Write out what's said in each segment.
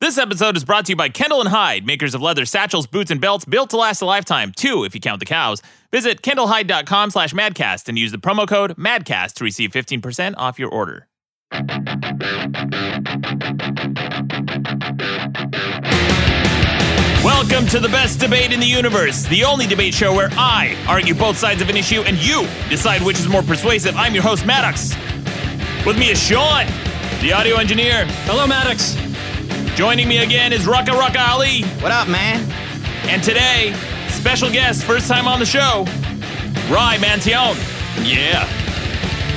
This episode is brought to you by Kendall and Hyde, makers of leather satchels, boots, and belts built to last a lifetime, two if you count the cows. Visit kendallhyde.com slash madcast and use the promo code MADCAST to receive 15% off your order. Welcome to the best debate in the universe, the only debate show where I argue both sides of an issue and you decide which is more persuasive. I'm your host, Maddox. With me is Sean, the audio engineer. Hello, Maddox. Joining me again is Rucka Rucka Ali. What up, man? And today, special guest, first time on the show, Rye Mantione. Yeah.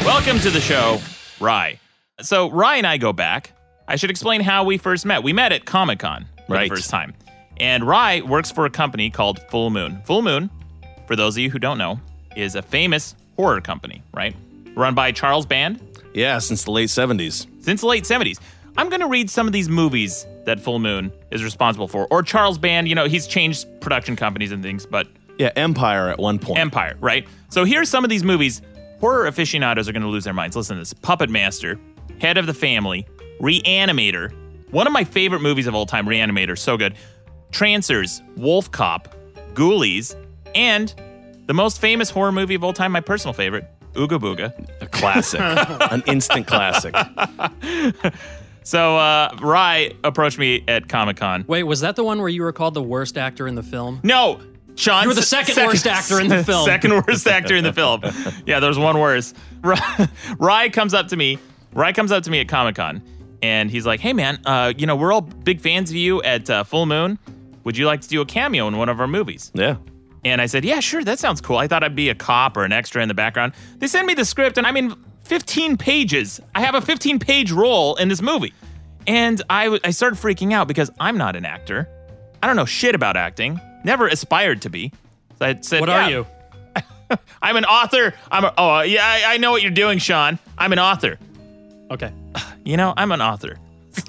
Welcome to the show, Rye. So, Rye and I go back. I should explain how we first met. We met at Comic Con for Right. the first time. And Rye works for a company called Full Moon. Full Moon, for those of you who don't know, is a famous horror company, right? Run by Charles Band, Yeah, since the late 70s. since the late 70s. I'm going to read some of these movies that Full Moon is responsible for. Or Charles Band, you know, he's changed production companies and things, but Yeah, Empire at one point. Empire, right? So here's some of these movies. Horror aficionados are going to lose their minds. Listen to this Puppet Master, Head of the Family, Reanimator, one of my favorite movies of all time, Reanimator, so good. Trancers, Wolf Cop, Ghoulies, and the most famous horror movie of all time, my personal favorite, Ooga Booga. a classic. An instant classic. So uh, Rye approached me at Comic Con. Wait, was that the one where you were called the worst actor in the film? No, Sean. You were the second worst actor in the film. Second worst actor in the film. Yeah, there's one worse. Rye, Rye comes up to me. Rye comes up to me at Comic Con, and he's like, "Hey, man, uh, you know we're all big fans of you at uh, Full Moon. Would you like to do a cameo in one of our movies?" Yeah. And I said, "Yeah, sure. That sounds cool." I thought I'd be a cop or an extra in the background. They send me the script, and I'm in 15 pages. I have a 15-page role in this movie, and I w- I started freaking out because I'm not an actor. I don't know shit about acting. Never aspired to be. So I said, What "Yeah, are you? I'm an author. I'm a, oh yeah, I, I know what you're doing, Sean. I'm an author. Okay. You know, I'm an author.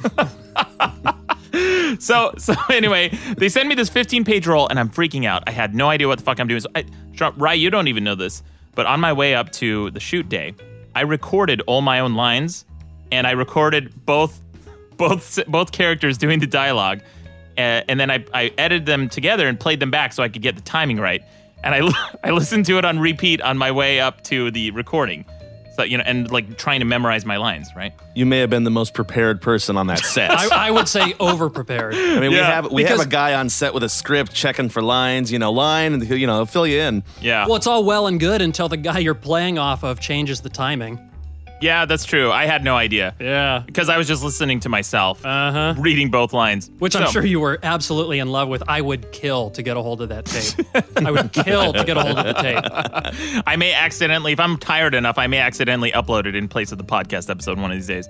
so so anyway, they send me this 15 page roll and I'm freaking out. I had no idea what the fuck I'm doing. So I, Sean, Rye, you don't even know this, but on my way up to the shoot day, I recorded all my own lines and I recorded both both both characters doing the dialogue, uh, and then I, I edited them together and played them back so I could get the timing right. And I li- I listened to it on repeat on my way up to the recording, so you know, and like trying to memorize my lines, right? You may have been the most prepared person on that set. I, I, I would say over prepared. mean, we Yeah, have we because- have a guy on set with a script checking for lines, you know, line, and he'll, you know, he'll fill you in. Yeah. Well, it's all well and good until the guy you're playing off of changes the timing. Yeah, that's true. I had no idea Yeah. because I was just listening to myself, Uh huh. reading both lines, Which I'm So, sure you were absolutely in love with. I would kill to get a hold of that tape. I would kill to get a hold of the tape. I may accidentally, if I'm tired enough, I may accidentally upload it in place of the podcast episode one of these days.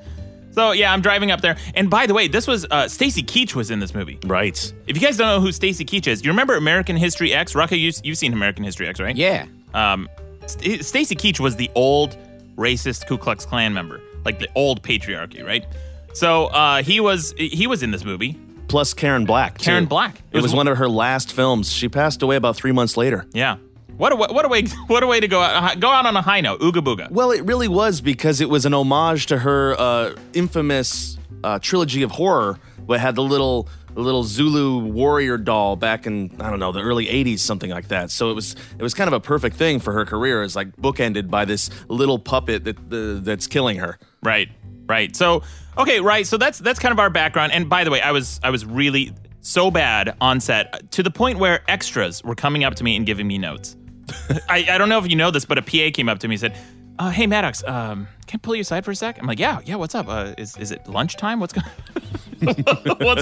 So yeah, I'm driving up there, and by the way, this was uh, Stacy Keach was in this movie. Right. If you guys don't know who Stacy Keach is, you remember American History X? Rucka, you, you've seen American History X, right? Yeah. Um, St- Stacy Keach was the old racist Ku Klux Klan member, like the old patriarchy, right? So uh, he was he was in this movie. Plus Karen Black. too. Karen Black. It was, one of her last films. She passed away about three months later. Yeah. What a, what a way what a way to go out go out on a high note. Ooga booga. Well, it really was because it was an homage to her uh, infamous uh, trilogy of horror, where it had the little the little Zulu warrior doll back in I don't know the early '80s, something like that. So it was it was kind of a perfect thing for her career. It's like bookended by this little puppet that the, that's killing her. Right. Right. So okay, right. So that's that's kind of our background. And by the way, I was I was really so bad on set uh, to the point where extras were coming up to me and giving me notes. I, I don't know if you know this, but a PA came up to me and said, uh, "Hey Maddox, um, can I pull you aside for a sec?" I'm like, "Yeah, yeah. What's up? Uh, is is it lunchtime? What's going?" What's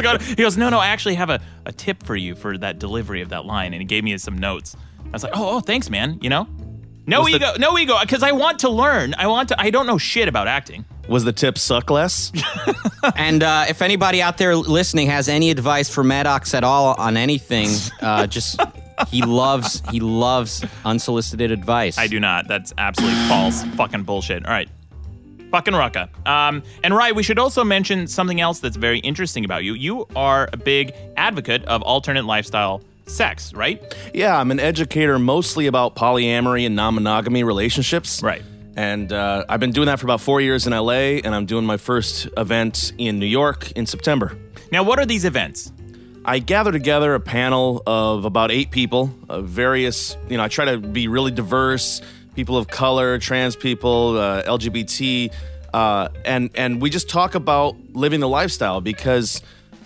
going on? He goes, No, no, I actually have a, a tip for you for that delivery of that line. And he gave me some notes. I was like, Oh, oh thanks, man. You know? No Was the- ego, no ego, because I want to learn. I want to, I don't know shit about acting. Was the tip suck less? And uh, if anybody out there listening has any advice for Maddox at all on anything, uh, just he loves he loves unsolicited advice. I do not. That's absolutely false. Fucking bullshit. All right. Fucking rucka. Um, and Rye, we should also mention something else that's very interesting about you. You are a big advocate of alternate lifestyle sex, right? yeah, I'm an educator mostly about polyamory and non monogamy relationships. Right. And uh, I've been doing that for about four years in LA, and I'm doing my first event in New York in September. Now, what are these events? I gather together a panel of about eight people, of various, you know, I try to be really diverse people of color, trans people, uh, LGBT, uh, and, and we just talk about living the lifestyle because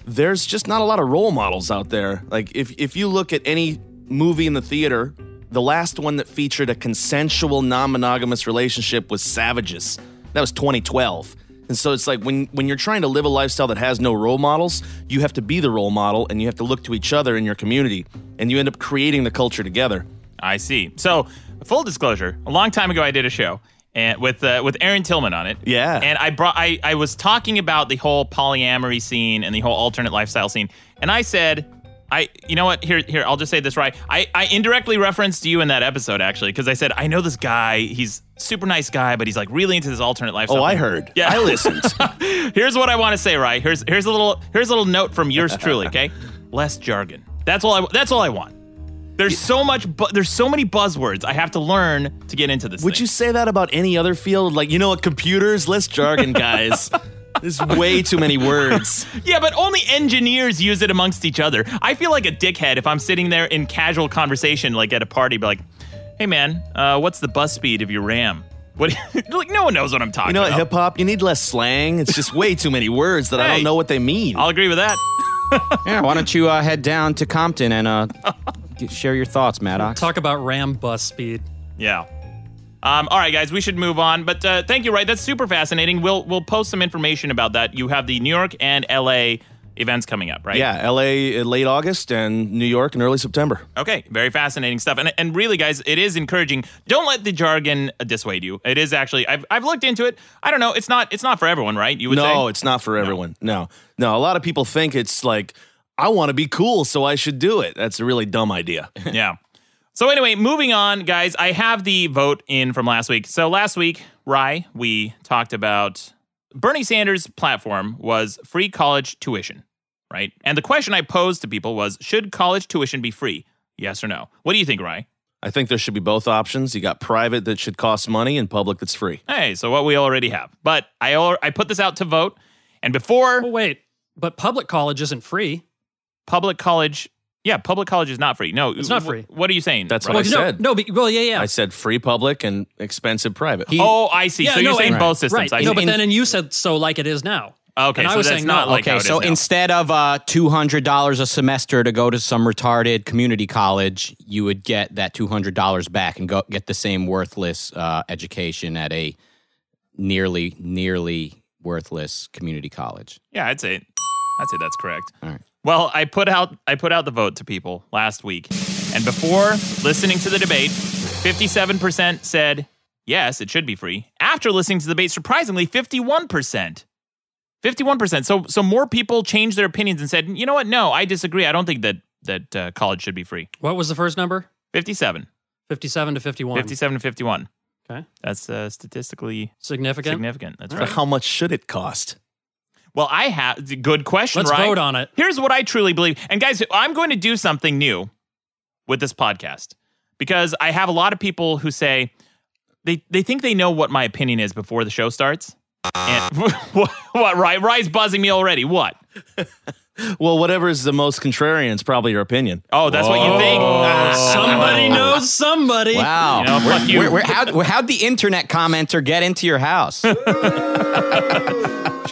there's just not a lot of role models out there. Like, if, if you look at any movie in the theater, the last one that featured a consensual non monogamous relationship was Savages. That was 2012. And so it's like when when you're trying to live a lifestyle that has no role models, you have to be the role model and you have to look to each other in your community and you end up creating the culture together. I see. So, full disclosure: a long time ago, I did a show and with uh, with Aaron Tillman on it. Yeah. and I brought I I was talking about the whole polyamory scene and the whole alternate lifestyle scene, and I said. I, you know what? Here, here. I'll just say this right. I, I indirectly referenced you in that episode actually, because I said I know this guy. He's super nice guy, but he's like really into this alternate lifestyle. Oh, I thing." heard. Yeah. I listened. here's what I want to say, Rye. Here's here's a little here's a little note from yours truly. Okay, less jargon. That's all I that's all I want. There's so much bu- there's so many buzzwords I have to learn to get into this. Would you say that about any other field? Like, you know what, computers, less jargon, guys. There's way too many words. you? Yeah, but only engineers use it amongst each other. I feel like a dickhead if I'm sitting there in casual conversation, like at a party, be like, "Hey man, uh, what's the bus speed of your RAM?" What? like no one knows what I'm talking You know what, about. hip hop, you need less slang. It's just way too many words that I Hey. don't know what they mean. I'll agree with that. Yeah, why don't you uh, head down to Compton and uh, get, share your thoughts, Maddox? Talk about ram bus speed. Yeah. Um, all right, guys, we should move on. But uh, thank you, right? That's super fascinating. We'll we'll post some information about that. You have the New York and LA events coming up, right? yeah, LA in late August and New York in early September. Okay, very fascinating stuff. And and really, guys, it is encouraging. Don't let the jargon dissuade you. It is actually. I've I've looked into it. I don't know. It's not it's not for everyone, right? You would say. No, it's not for everyone. No. no, A lot of people think it's like I want to be cool, so I should do it. That's a really dumb idea. yeah. So anyway, moving on, guys. I have the vote in from last week. So last week, Rye, we talked about Bernie Sanders' platform was free college tuition, right? And the question I posed to people was, should college tuition be free? Yes or no? What do you think, Rye? I think there should be both options. You got private that should cost money and public that's free. Hey, so what we already have. But I al- I put this out to vote, and before Oh wait, but public college isn't free. public college, yeah, public college is not free. No, It's not free. What are you saying? That's Rye? what I Well, no, said. no, but, well, yeah, yeah. I said free public and expensive private. He- Oh, I see. Yeah, so you're no, saying and- both systems. right. I no, see. but then and you said so like it is now. okay, and I so was that's saying not no. like how okay, it is so now. instead of uh, two hundred dollars a semester to go to some retarded community college, you would get that two hundred dollars back and go get the same worthless uh, education at a nearly nearly worthless community college. Yeah, I'd say I'd say that's correct. All right. Well, I put out I put out the vote to people last week. And before listening to the debate, 57% said yes, it should be free. After listening to the debate, surprisingly, 51%. 51%. So so more people changed their opinions and said, "You know what? No, I disagree. I don't think that that uh, college should be free." What was the first number? 57. 57 to 51. 57 to 51. Okay. That's uh, statistically Significant. significant. That's So right. how much should it cost? Well, I have good question, Let's right? vote on it. Here's what I truly believe. And guys, I'm going to do something new with this podcast because I have a lot of people who say they they think they know what my opinion is before the show starts. And what, what Rye, Rye's buzzing me already. What? Well, whatever is the most contrarian is probably your opinion. Oh, that's what you think. Ah. Somebody knows somebody. Wow! Oh. You know, fuck you. Where, where, how, how'd the internet commenter get into your house? Check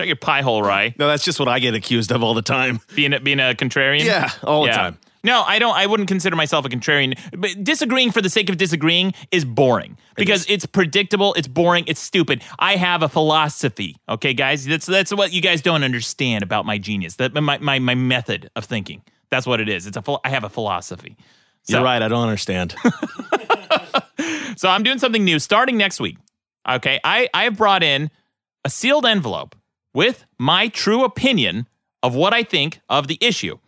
your pie hole, Rye. No, that's just what I get accused of all the time. Being a, being a contrarian. Yeah, all the time. No, I don't. I wouldn't consider myself a contrarian. But disagreeing for the sake of disagreeing is boring because it's predictable. It's boring. It's stupid. I have a philosophy. Okay, guys, that's that's what you guys don't understand about my genius. That my my, my method of thinking. That's what it is. It's a phil- I have a philosophy. So, You're right. I don't understand. So I'm doing something new starting next week. Okay, I I have brought in a sealed envelope with my true opinion of what I think of the issue.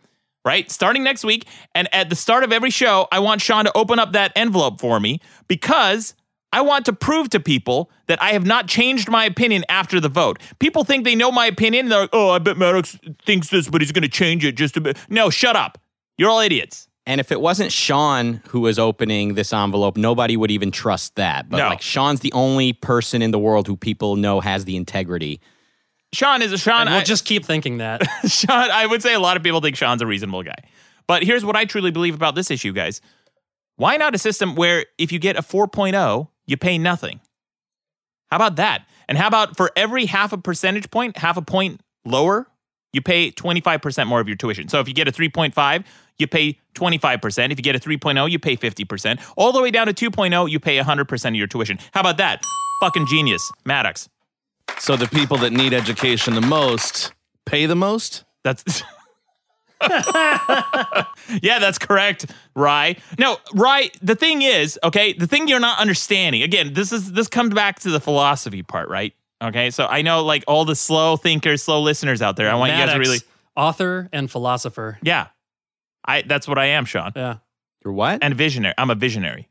Right? Starting next week. And at the start of every show, I want Sean to open up that envelope for me because I want to prove to people that I have not changed my opinion after the vote. People think they know my opinion. They're like, oh, I bet Maddox thinks this, but he's going to change it just a bit. No, shut up. You're all idiots. And if it wasn't Sean who was opening this envelope, nobody would even trust that. But No. like Sean's the only person in the world who people know has the integrity Sean is a Sean. We'll I- just keep thinking that. Sean, I would say a lot of people think Sean's a reasonable guy. But here's what I truly believe about this issue, guys. Why not a system where if you get a 4.0, you pay nothing? How about that? And how about for every half a percentage point, half a point lower, you pay 25% more of your tuition. So if you get a 3.5, you pay 25%. If you get a 3.0, you pay 50%. All the way down to 2.0, you pay 100% of your tuition. How about that? Fucking genius, Maddox. So the people that need education the most pay the most. That's yeah, that's correct, Rye. No, Rye. The thing is, okay, the thing you're not understanding. Again, this is this comes back to the philosophy part, right? Okay, so I know like all the slow thinkers, slow listeners out there. I want you guys to Maddox, really, author and philosopher. yeah. I that's what I am, Sean, Yeah. You're what? and visionary. I'm a visionary.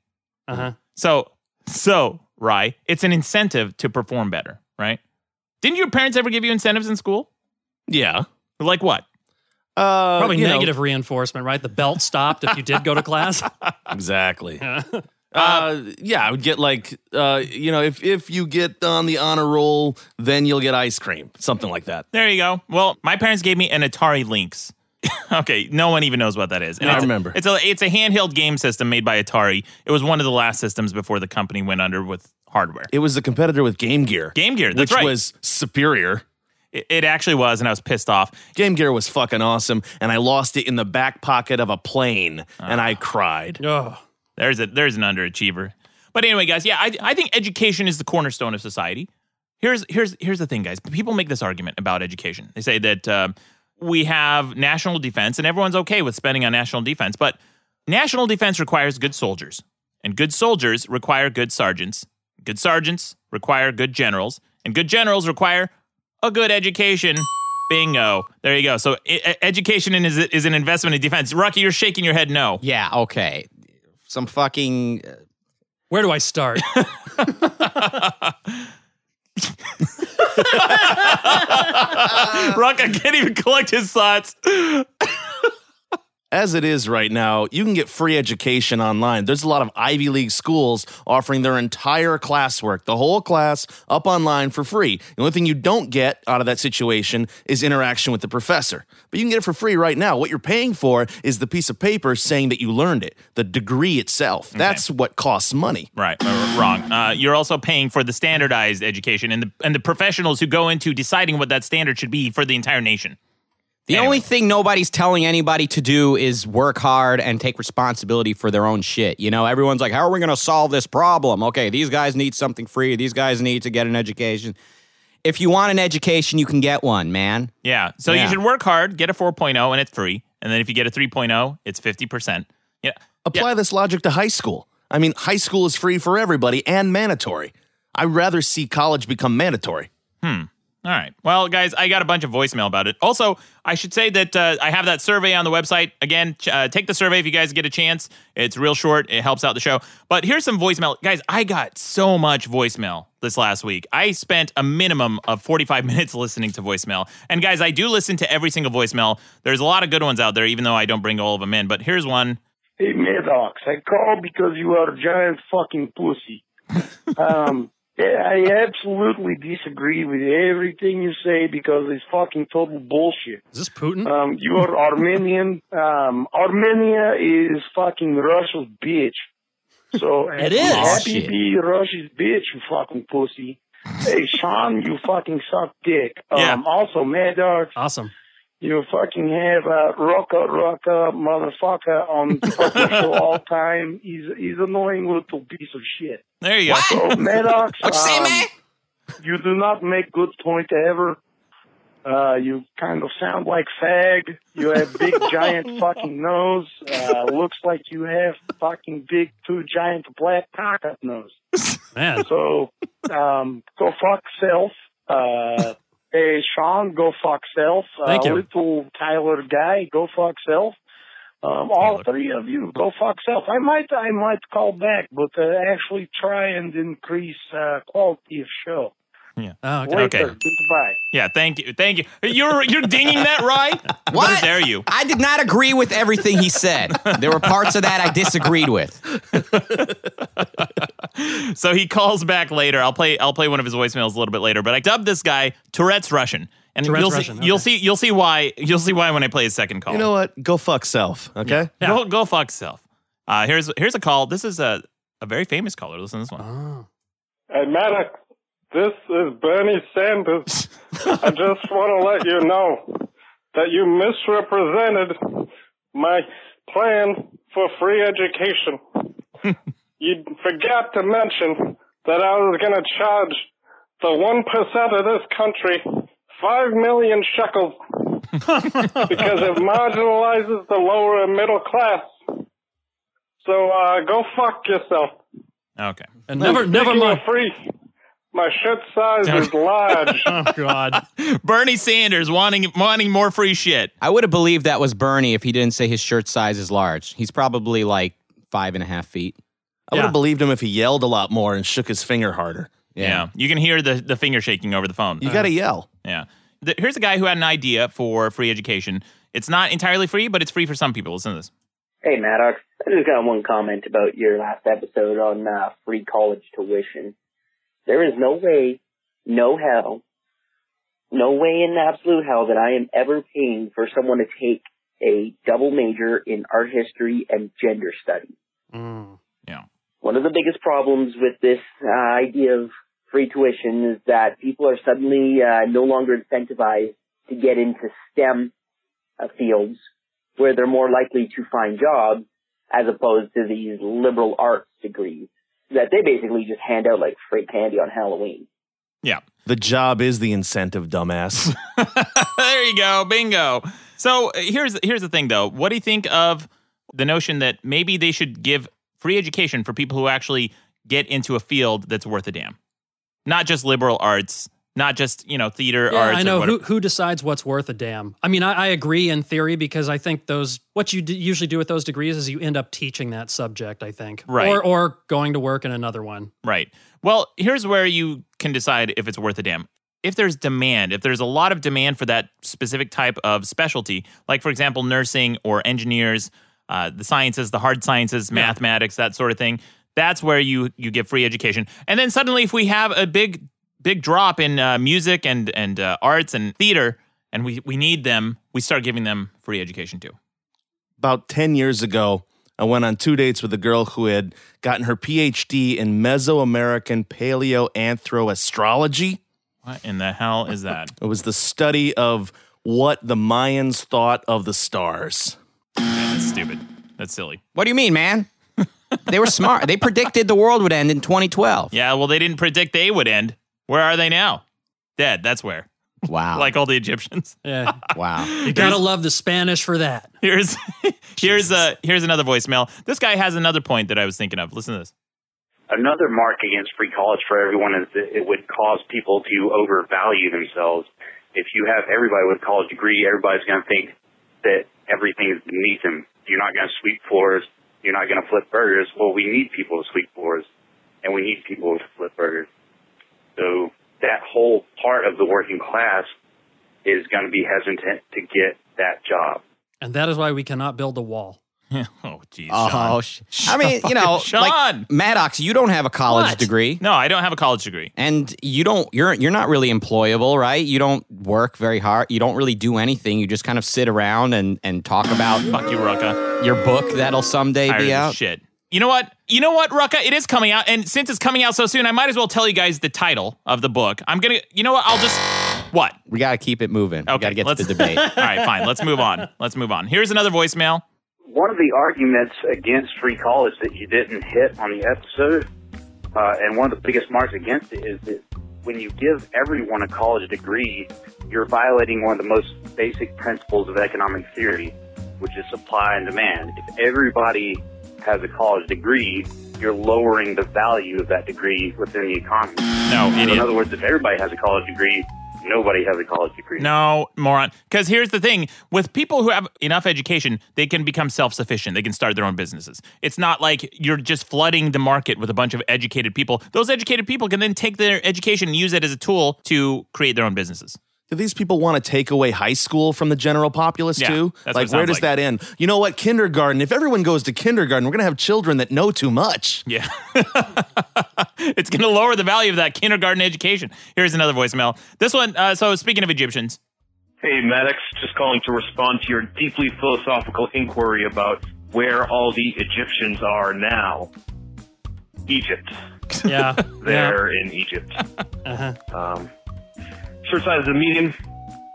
Uh huh. So so Rye, it's an incentive to perform better, right? Didn't your parents ever give you incentives in school? Yeah. Like what? Uh, Probably you know, negative reinforcement, right? The belt stopped if you did go to class. Exactly. Yeah. Uh, yeah, I would get like, uh, you know, if if you get on the honor roll, then you'll get ice cream, something like that. There you go. Well, my parents gave me an Atari Lynx. okay, no one even knows what that is. And I it's- remember. It's a it's a handheld game system made by Atari. It was one of the last systems before the company went under with hardware. It was the competitor with Game Gear. Game Gear, that's which right. was superior. It, it actually was, and I was pissed off. Game Gear was fucking awesome, and I lost it in the back pocket of a plane, and I cried. oh. There's a there's an underachiever. But anyway, guys, yeah, I, I think education is the cornerstone of society. Here's here's here's the thing, guys. People make this argument about education. They say that um, we have national defense, and everyone's okay with spending on national defense. But national defense requires good soldiers, and good soldiers require good sergeants. Good sergeants require good generals, and good generals require a good education. Bingo. There you go. So e- e- education is is an investment in defense. Rocky, you're shaking your head no. Yeah, okay. Some fucking Where do I start? Rock, I can't even collect his thoughts. As it is right now, you can get free education online. There's a lot of Ivy League schools offering their entire classwork, the whole class, up online for free. The only thing you don't get out of that situation is interaction with the professor. But you can get it for free right now. What you're paying for is the piece of paper saying that you learned it, the degree itself. That's what costs money. Right, uh, wrong. Uh, you're also paying for the standardized education and the and the professionals who go into deciding what that standard should be for the entire nation. The Anyway. only thing nobody's telling anybody to do is work hard and take responsibility for their own shit. You know, everyone's like, how are we going to solve this problem? Okay, these guys need something free. These guys need to get an education. If you want an education, you can get one, man. Yeah. So you Yeah. should work hard, get a 4.0, and it's free. And then if you get a 3.0, it's 50%. Yeah. Apply this logic to high school. I mean, high school is free for everybody and mandatory. I'd rather see college become mandatory. All right. Well, guys, I got a bunch of voicemail about it. Also, I should say that uh, I have that survey on the website. Again, ch- uh, take the survey if you guys get a chance. It's real short, it helps out the show. But here's some voicemail. Guys, I got so much voicemail this last week. I spent a minimum of 45 minutes listening to voicemail. And guys, I do listen to every single voicemail. There's a lot of good ones out there, even though I don't bring all of them in. But here's one. Hey, Maddox, I called because you are a giant fucking pussy. um, yeah, I absolutely disagree with everything you say because it's fucking total bullshit. Is this Putin? Um, you are Armenian. Um, Armenia is fucking Russia's bitch. So It is. Happy Shit. to be Russia's bitch, you fucking pussy. Hey, Sean, you fucking suck dick. Um, Yeah. Also, Maddox, awesome. you fucking have a rocker, rocker, motherfucker on fucking show all time. He's he's annoying little piece of shit. There you go. So uh, Maddox, What you say, um, man? you do not make good point ever. Uh, you kind of sound like fag. You have big giant fucking nose. Uh, looks like you have fucking big two giant black pocket nose. Man. So, um, go fuck self. Uh, hey, Sean, go fuck self. Thank uh, you. Little Tyler guy, go fuck self. Um, all Tyler. three of you, go fuck self. I might, I might call back, but uh, actually try and increase uh, quality of show. Oh, okay. Later, Okay. goodbye. Yeah, thank you. Thank you. You're you're dinging that, Rye? What? How dare you? I did not agree with everything he said. there were parts of that I disagreed with. so he calls back later. I'll play I'll play one of his voicemails a little bit later, but I dubbed this guy Tourette's Russian. And Tourette's you'll see Russian, you'll okay. see you'll see why you'll see why when I play his second call. You know what? Go fuck self. Okay. Go go fuck yourself. Uh, here's here's a call. This is a a very famous caller. Listen to this one. Oh. Hey, Maddox, this is Bernie Sanders. I just want to let you know that you misrepresented my plan for free education. you forgot to mention that I was going to charge the 1% of this country 5 million shekels because it marginalizes the lower and middle class. So uh, go fuck yourself. Oh. Okay. And never, never Speaking mind. of free. My shirt size is large. Oh God! Bernie Sanders wanting wanting more free shit. I would have believed that was Bernie if he didn't say his shirt size is large. He's probably like five and a half feet. I would Yeah. have believed him if he yelled a lot more and shook his finger harder. Yeah. You can hear the, the finger shaking over the phone. You got to yell. yeah. The- here's a guy who had an idea for free education. It's not entirely free, but it's free for some people. Listen to this. Hey, Maddox. I just got one comment about your last episode on uh, free college tuition. There is no way, no hell, no way in absolute hell that I am ever paying for someone to take a double major in art history and gender studies. Mm. One of the biggest problems with this uh, idea of free tuition is that people are suddenly uh, no longer incentivized to get into STEM uh, fields where they're more likely to find jobs as opposed to these liberal arts degrees that they basically just hand out like free candy on Halloween. The job is the incentive, dumbass. there you go, bingo. So uh, here's here's the thing though. What do you think of the notion that maybe they should give free education for people who actually get into a field that's worth a damn, not just liberal arts, not just you know theater Yeah, arts. I and know whatever. who who decides what's worth a damn. I mean, I, I agree in theory because I think those what you d- usually do with those degrees is you end up teaching that subject. I think, Right. Or or going to work in another one. Right. Well, here's where you can decide if it's worth a damn. If there's demand, if there's a lot of demand for that specific type of specialty, like for example, nursing or engineers, uh, the sciences, the hard sciences, mathematics, that sort of thing, that's where you you get free education. And then suddenly, if we have a big big drop in uh, music and and uh, arts and theater, and we we need them, we start giving them free education too. About 10 years ago, I went on two dates with a girl who had gotten her PhD in Mesoamerican paleoanthroastrology. What in the hell is that? It was the study of what the Mayans thought of the stars. that's stupid. That's silly. What do you mean, man? they were smart. They predicted the world would end in 2012. Yeah, well, they didn't predict they would end. Where are they now? Dead. That's where. Wow. Like all the Egyptians. Yeah, wow. you gotta love the Spanish for that. Here's here's a here's another voicemail. This guy has another point that I was thinking of. Listen to this. another mark against free college for everyone is that it would cause people to overvalue themselves. If you have everybody with a college degree, everybody's going to think that everything's beneath them. You're not going to sweep floors. You're not going to flip burgers. Well, we need people to sweep floors, and we need people to flip burgers. So that whole part of the working class is going to be hesitant to get that job. And that is why we cannot build a wall. oh, geez. Sean. Oh, sh- I mean, you know, Sean. like Maddox, you don't have a college What? degree. No, I don't have a college degree. And you don't you're you're not really employable, right? You don't work very hard. You don't really do anything. You just kind of sit around and and talk about Fuck you, Rucka. your book that'll someday Tired of be this out. shit. You know what? You know what, Rucka? It is coming out, and since it's coming out so soon, I might as well tell you guys the title of the book. I'm gonna. You know what? I'll just. What? We got to keep it moving. we got to get to let's- the debate. All right, fine. Let's move on. Let's move on. Here's another voicemail. one of the arguments against free college that you didn't hit on the episode, uh, and one of the biggest marks against it is that when you give everyone a college degree, you're violating one of the most basic principles of economic theory, which is supply and demand. If everybody has a college degree, you're lowering the value of that degree within the economy. No, So in idiot. other words, if everybody has a college degree, nobody has a college degree. No, moron. Because here's the thing with people who have enough education, they can become self sufficient. They can start their own businesses. It's not like you're just flooding the market with a bunch of educated people. Those educated people can then take their education and use it as a tool to create their own businesses. do these people want to take away high school from the general populace Yeah, too? that's what like, it where sounds does like. that end? You know what? Kindergarten. If everyone goes to kindergarten, we're gonna have children that know too much. Yeah. it's going to lower the value of that kindergarten education. Here's another voicemail. This one, uh, so speaking of Egyptians, Hey, Maddox, just calling to respond to your deeply philosophical inquiry about where all the Egyptians are now. Egypt. Yeah. yeah. They're in Egypt. Uh-huh. Um, short size is a medium.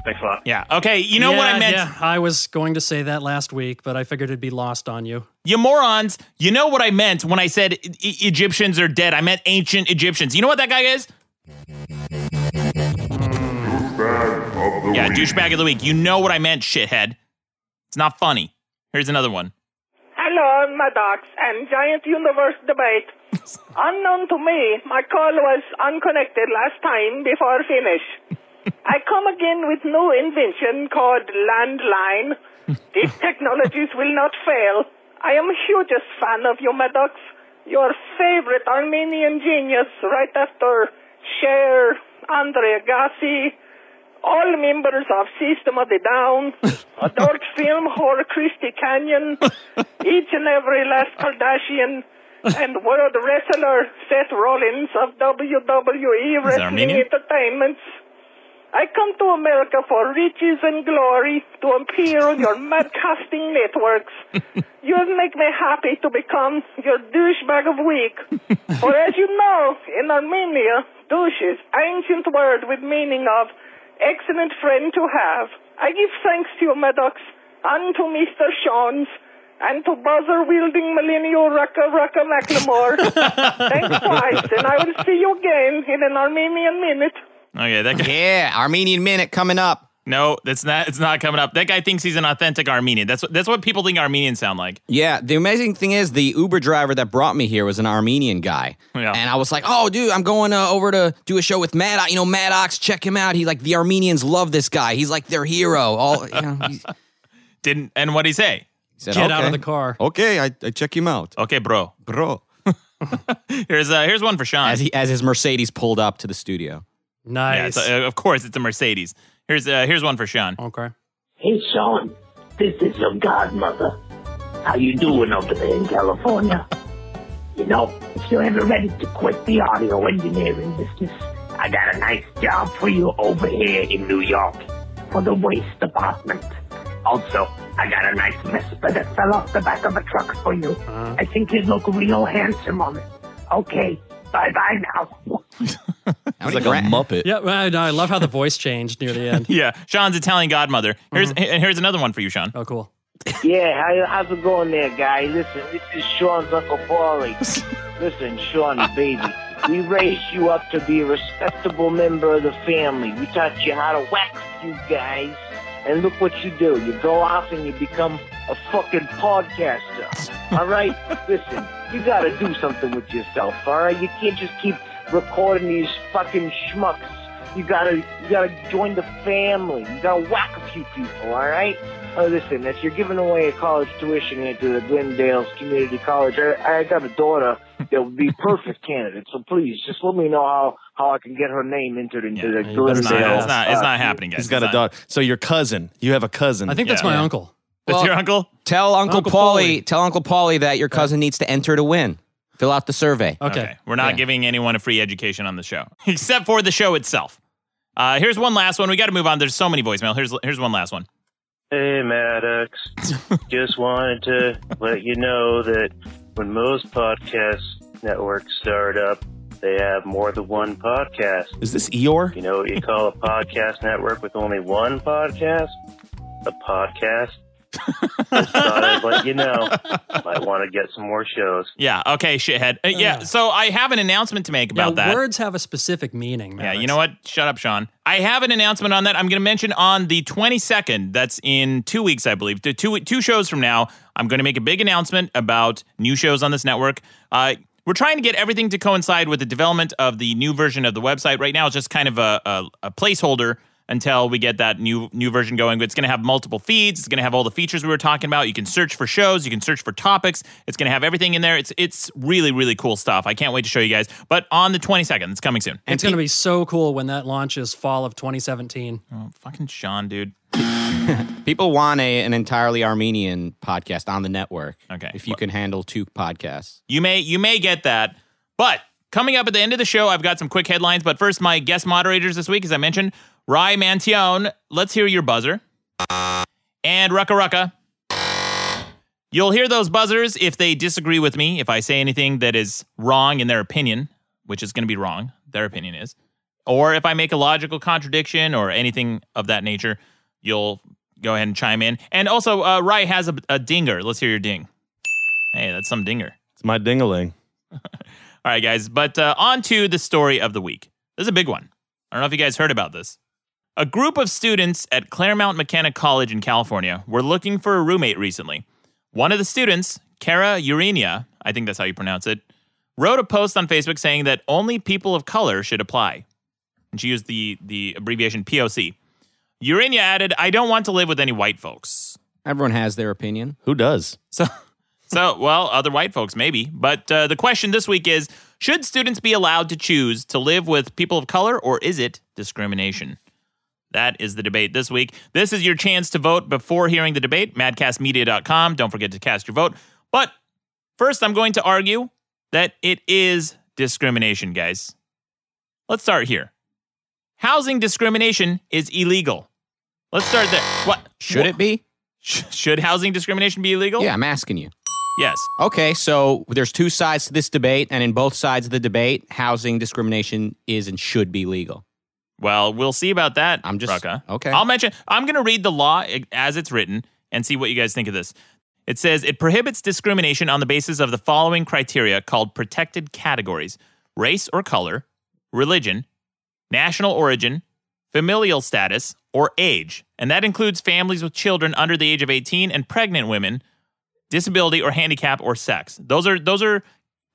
Thanks a lot. yeah. Okay, you know what I Yeah, meant? Yeah, I was going to say that last week, but I figured it'd be lost on you. You morons, you know what I meant when I said E- E- Egyptians are dead. I meant ancient Egyptians. You know what that guy is? Yeah, douchebag of the week. You know what I meant, shithead. It's not funny. Here's another one. Hello, Maddox and Giant Universe Debate. Unknown to me, my call was unconnected last time before finish. I come again with new invention called landline. These technologies will not fail. I am hugest fan of you, Maddox. Your favorite Armenian genius right after Cher, Andre Agassi, all members of System of the Down, Adult Film, Horror Christie Canyon, each and every last Kardashian, and world wrestler Seth Rollins of WWE Wrestling Armenian? Entertainments. I come to America for riches and glory to appear on your madcasting networks. You'll make me happy to become your douchebag of week. For as you know, in Armenia, douche is ancient word with meaning of excellent friend to have. I give thanks to you, Maddox, and to Mr. Shawns, and to buzzer-wielding millennial Rucka Rucka McLemore. thanks twice, and I will see you again in an Armenian minute. Okay, that guy. Yeah, Armenian Minute coming up. No, that's not. It's not coming up. That guy thinks he's an authentic Armenian. That's what. That's what people think Armenians sound like. Yeah, the amazing thing is the Uber driver that brought me here was an Armenian guy, Yeah. and I was like, "Oh, dude, I'm going uh, over to do a show with Maddox. You know, Maddox, check him out. He's like the Armenians love this guy. He's like their hero. All you know, he Didn't. And what would he say? said, Get out "Okay. of the car. Okay, I, I check him out, Okay, bro. bro. Here's uh, here's one for Sean. As he as his Mercedes pulled up to the studio. yeah, Nice. it's, uh, of course, it's a Mercedes. Here's uh, here's one for Sean. okay. Hey, Sean, this is your godmother. How you doing over there in California? You know, if you're ever ready to quit the audio engineering business, I got a nice job for you over here in New York for the waste department. Also, I got a nice Vespa that fell off the back of a truck for you. I think you'd look real handsome on it. Okay, bye-bye now. I was Like a muppet. Yeah, well, I, I love how the voice changed near the end. Mm-hmm. Yeah, Sean's Italian godmother. Here's and here's another one for you, Sean. Oh, cool. Yeah, how, how's it going there, guy? Listen, this is Sean's Uncle Paulie. Listen, Sean, baby, we raised you up to be a respectable member of the family. We taught you how to wax you guys. And look what you do. You go off and you become a fucking podcaster. All right? Listen, you gotta do something with yourself, all right? You can't just keep recording these fucking schmucks. You gotta, you gotta join the family. You gotta whack a few people, all right? Oh, listen, if you're giving away a college tuition here to the Glendales Community College, I, I got a daughter that would be perfect candidate. So please, just let me know how, how I can get her name entered into Yeah, the that's It's Glendale. not, it's not, it's uh, not happening, guys. He's got It's a not- dog. So your cousin, you have a cousin. I think that's Yeah. my Yeah. uncle. That's Well- your uncle. Tell Uncle, Uncle Paulie, Paulie. tell Uncle Paulie that your cousin needs to enter to win. Fill out the survey. Okay. We're not Yeah. giving anyone a free education on the show, except for the show itself. Uh, here's one last one. We got to move on. There's so many voicemail. Here's here's one last one. Hey, Maddox. Just wanted to let you know that when most podcast networks start up, they have more than one podcast. Is this E Eeyore? You know what you call a podcast network with only one podcast? A podcast. Just thought I'd let you know. Might want to get some more shows. Yeah. Okay, shithead. Uh, yeah. So I have an announcement to make about yeah, that. words have a specific meaning. Yeah, Maddox. you know what? Shut up, Sean. I have an announcement on that. I'm going to mention on the 22nd. That's in two weeks, I believe. Two two two shows from now, I'm going to make a big announcement about new shows on this network. Uh, we're trying to get everything to coincide with the development of the new version of the website. Right now, it's just kind of a, a, a placeholder until we get that new new version going. But it's going to have multiple feeds. It's going to have all the features we were talking about. You can search for shows. You can search for topics. It's going to have everything in there. It's it's really really cool stuff. I can't wait to show you guys. But on the twenty second, it's coming soon. It's going to be so cool when that launches fall of 2017. Oh, fucking Sean, dude. People want a, an entirely Armenian podcast on the network. Okay. If you can handle two podcasts. You may you may get that. But coming up at the end of the show, I've got some quick headlines. But first, my guest moderators this week, as I mentioned, Rye Mantione. Let's hear your buzzer. And Rucka Rucka. You'll hear those buzzers if they disagree with me, if I say anything that is wrong in their opinion, which is going to be wrong, their opinion is, or if I make a logical contradiction or anything of that nature, you'll go ahead and chime in. And also, uh, Rye has a, a dinger. Let's hear your ding. Hey, that's some dinger. It's my dingaling. All right, guys, but uh, on to the story of the week. This is a big one. I don't know if you guys heard about this. A group of students at Claremont McKenna College in California were looking for a roommate recently. One of the students, Kara Urania, I think that's how you pronounce it, wrote a post on Facebook saying that only people of color should apply. And she used the, the abbreviation POC. Urania added, I don't want to live with any white folks. Everyone has their opinion. Who does? So, so well, other white folks maybe. But uh, the question this week is: Should students be allowed to choose to live with people of color, or is it discrimination? That is the debate this week. This is your chance to vote before hearing the debate. Madcastmedia.com. Don't forget to cast your vote. But first, I'm going to argue that it is discrimination, guys. Let's start here. Housing discrimination is illegal. Let's start there. What Should it be? Should housing discrimination be illegal? Yeah, I'm asking you. Yes. Okay, so there's two sides to this debate, and in both sides of the debate, housing discrimination is and should be legal. Well, we'll see about that. I'm just- Rucka. okay. I'll mention. I'm going to read the law as it's written and see what you guys think of this. It says it prohibits discrimination on the basis of the following criteria called protected categories: race or color, religion, national origin, familial status, or age, and that includes families with children under the age of 18 and pregnant women, disability or handicap or sex. Those are those are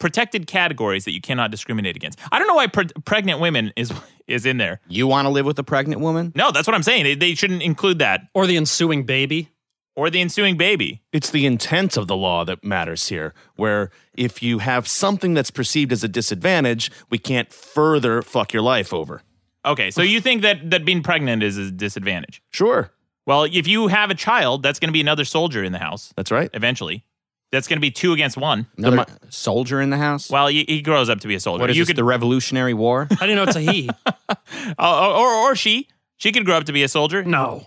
protected categories that you cannot discriminate against. I don't know why pre- pregnant women is is in there. You want to live with a pregnant woman? No, that's what I'm saying. They, they shouldn't include that Or the ensuing baby. or the ensuing baby. It's the intent of the law that matters here, where if you have something that's perceived as a disadvantage, we can't further fuck your life over. Okay, so you think that that being pregnant is a disadvantage? Sure. Well, if you have a child, that's going to be another soldier in the house That's right. eventually. That's going to be two against one. Another soldier in the house? Well, he, he grows up to be a soldier. what is you this, the Revolutionary War? I didn't know it's a he. or, or oh, or she she could grow up to be a soldier. no.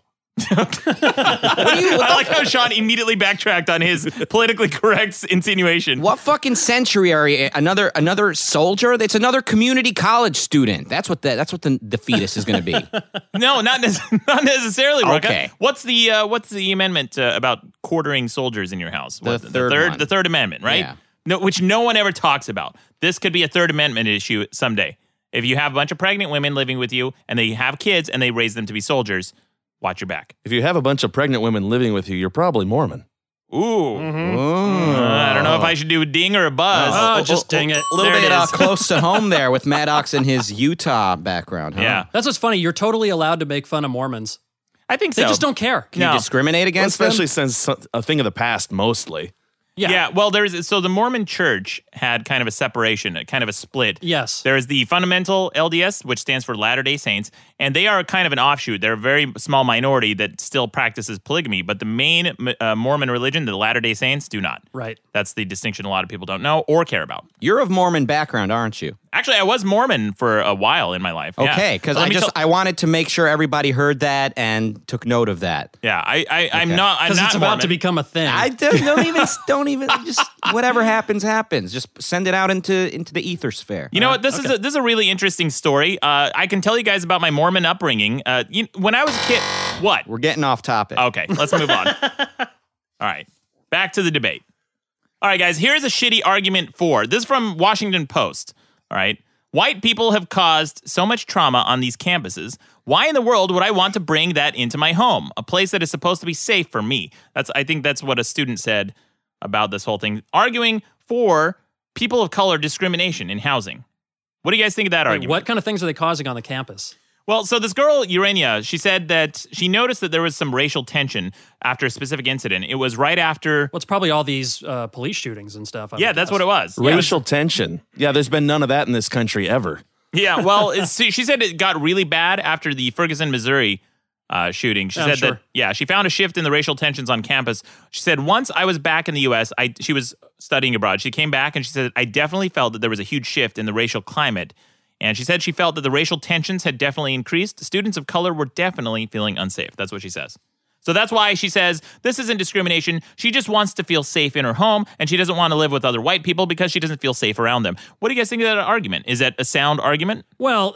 I like how Sean immediately backtracked on his politically correct insinuation. what fucking century are you? Another another soldier? It's another community college student. That's what the, that's what the, the fetus is going to be. No, not nece- not necessarily. Rucka. Okay. What's the uh, what's the amendment uh, about quartering soldiers in your house? The What- third the third, one. the third amendment, right? Yeah. No, which no one ever talks about. This could be a third amendment issue someday. If you have a bunch of pregnant women living with you and they have kids and they raise them to be soldiers, watch your back. If you have a bunch of pregnant women living with you, you're probably Mormon. Ooh. Mm-hmm. Uh, I don't Oh. know if I should do a ding or a buzz. Oh, just dang it. A little There it bit uh, is. close to home there with Maddox and his Utah background. Huh? Yeah. That's what's funny. You're totally allowed to make fun of Mormons. I think so. They just don't care. You No. discriminate Well, against especially them? since so- a thing of the past, mostly. Yeah. well, there's so the Mormon Church had kind of a separation, a kind of a split. Yes. There is the fundamental LDS, which stands for Latter Day Saints, and they are kind of an offshoot. They're a very small minority that still practices polygamy, but the main uh, Mormon religion, the Latter Day Saints, do not. Right. That's the distinction a lot of people don't know or care about. You're of Mormon background, aren't you? Actually, I was Mormon for a while in my life. Yeah. Okay, because Let I me just tell- I wanted to make sure everybody heard that and took note of that. yeah, I, I, I'm Okay. not. I'm Because not it's about Mormon. to become a thing. I don't, don't even don't even just whatever happens happens. Just send it out into into the ether sphere. You know what? This is a, this is a really interesting story. Uh, I can tell you guys about my Mormon upbringing. Uh, you, when I was a kid, what? We're getting off topic. Okay, let's move on. All right, back to the debate. All right, guys, here's a shitty argument for this is from Washington Post. All right, white people have caused so much trauma on these campuses. Why in the world would I want to bring that into my home, a place that is supposed to be safe for me? That's I think that's what a student said about this whole thing, arguing for people of color discrimination in housing. What do you guys think of that Wait, argument? what kind of things are they causing on the campus? Well, so this girl, Urania, she said that she noticed that there was some racial tension after a specific incident. It was right after. Well, it's probably all these uh, police shootings and stuff. I Yeah, would that's guess. what it was. Yeah. Racial tension. Yeah, there's been none of that in this country ever. Yeah, well, it's, see, she said it got really bad after the Ferguson, Missouri uh, shooting. She I'm said that Oh, sure. yeah, she found a shift in the racial tensions on campus. She said once I was back in the U.S., I she was studying abroad. She came back and she said I definitely felt that there was a huge shift in the racial climate. And she said she felt that the racial tensions had definitely increased. Students of color were definitely feeling unsafe. That's what she says. So that's why she says this isn't discrimination. She just wants to feel safe in her home and she doesn't want to live with other white people because she doesn't feel safe around them. What do you guys think of that argument? Is that a sound argument? Well,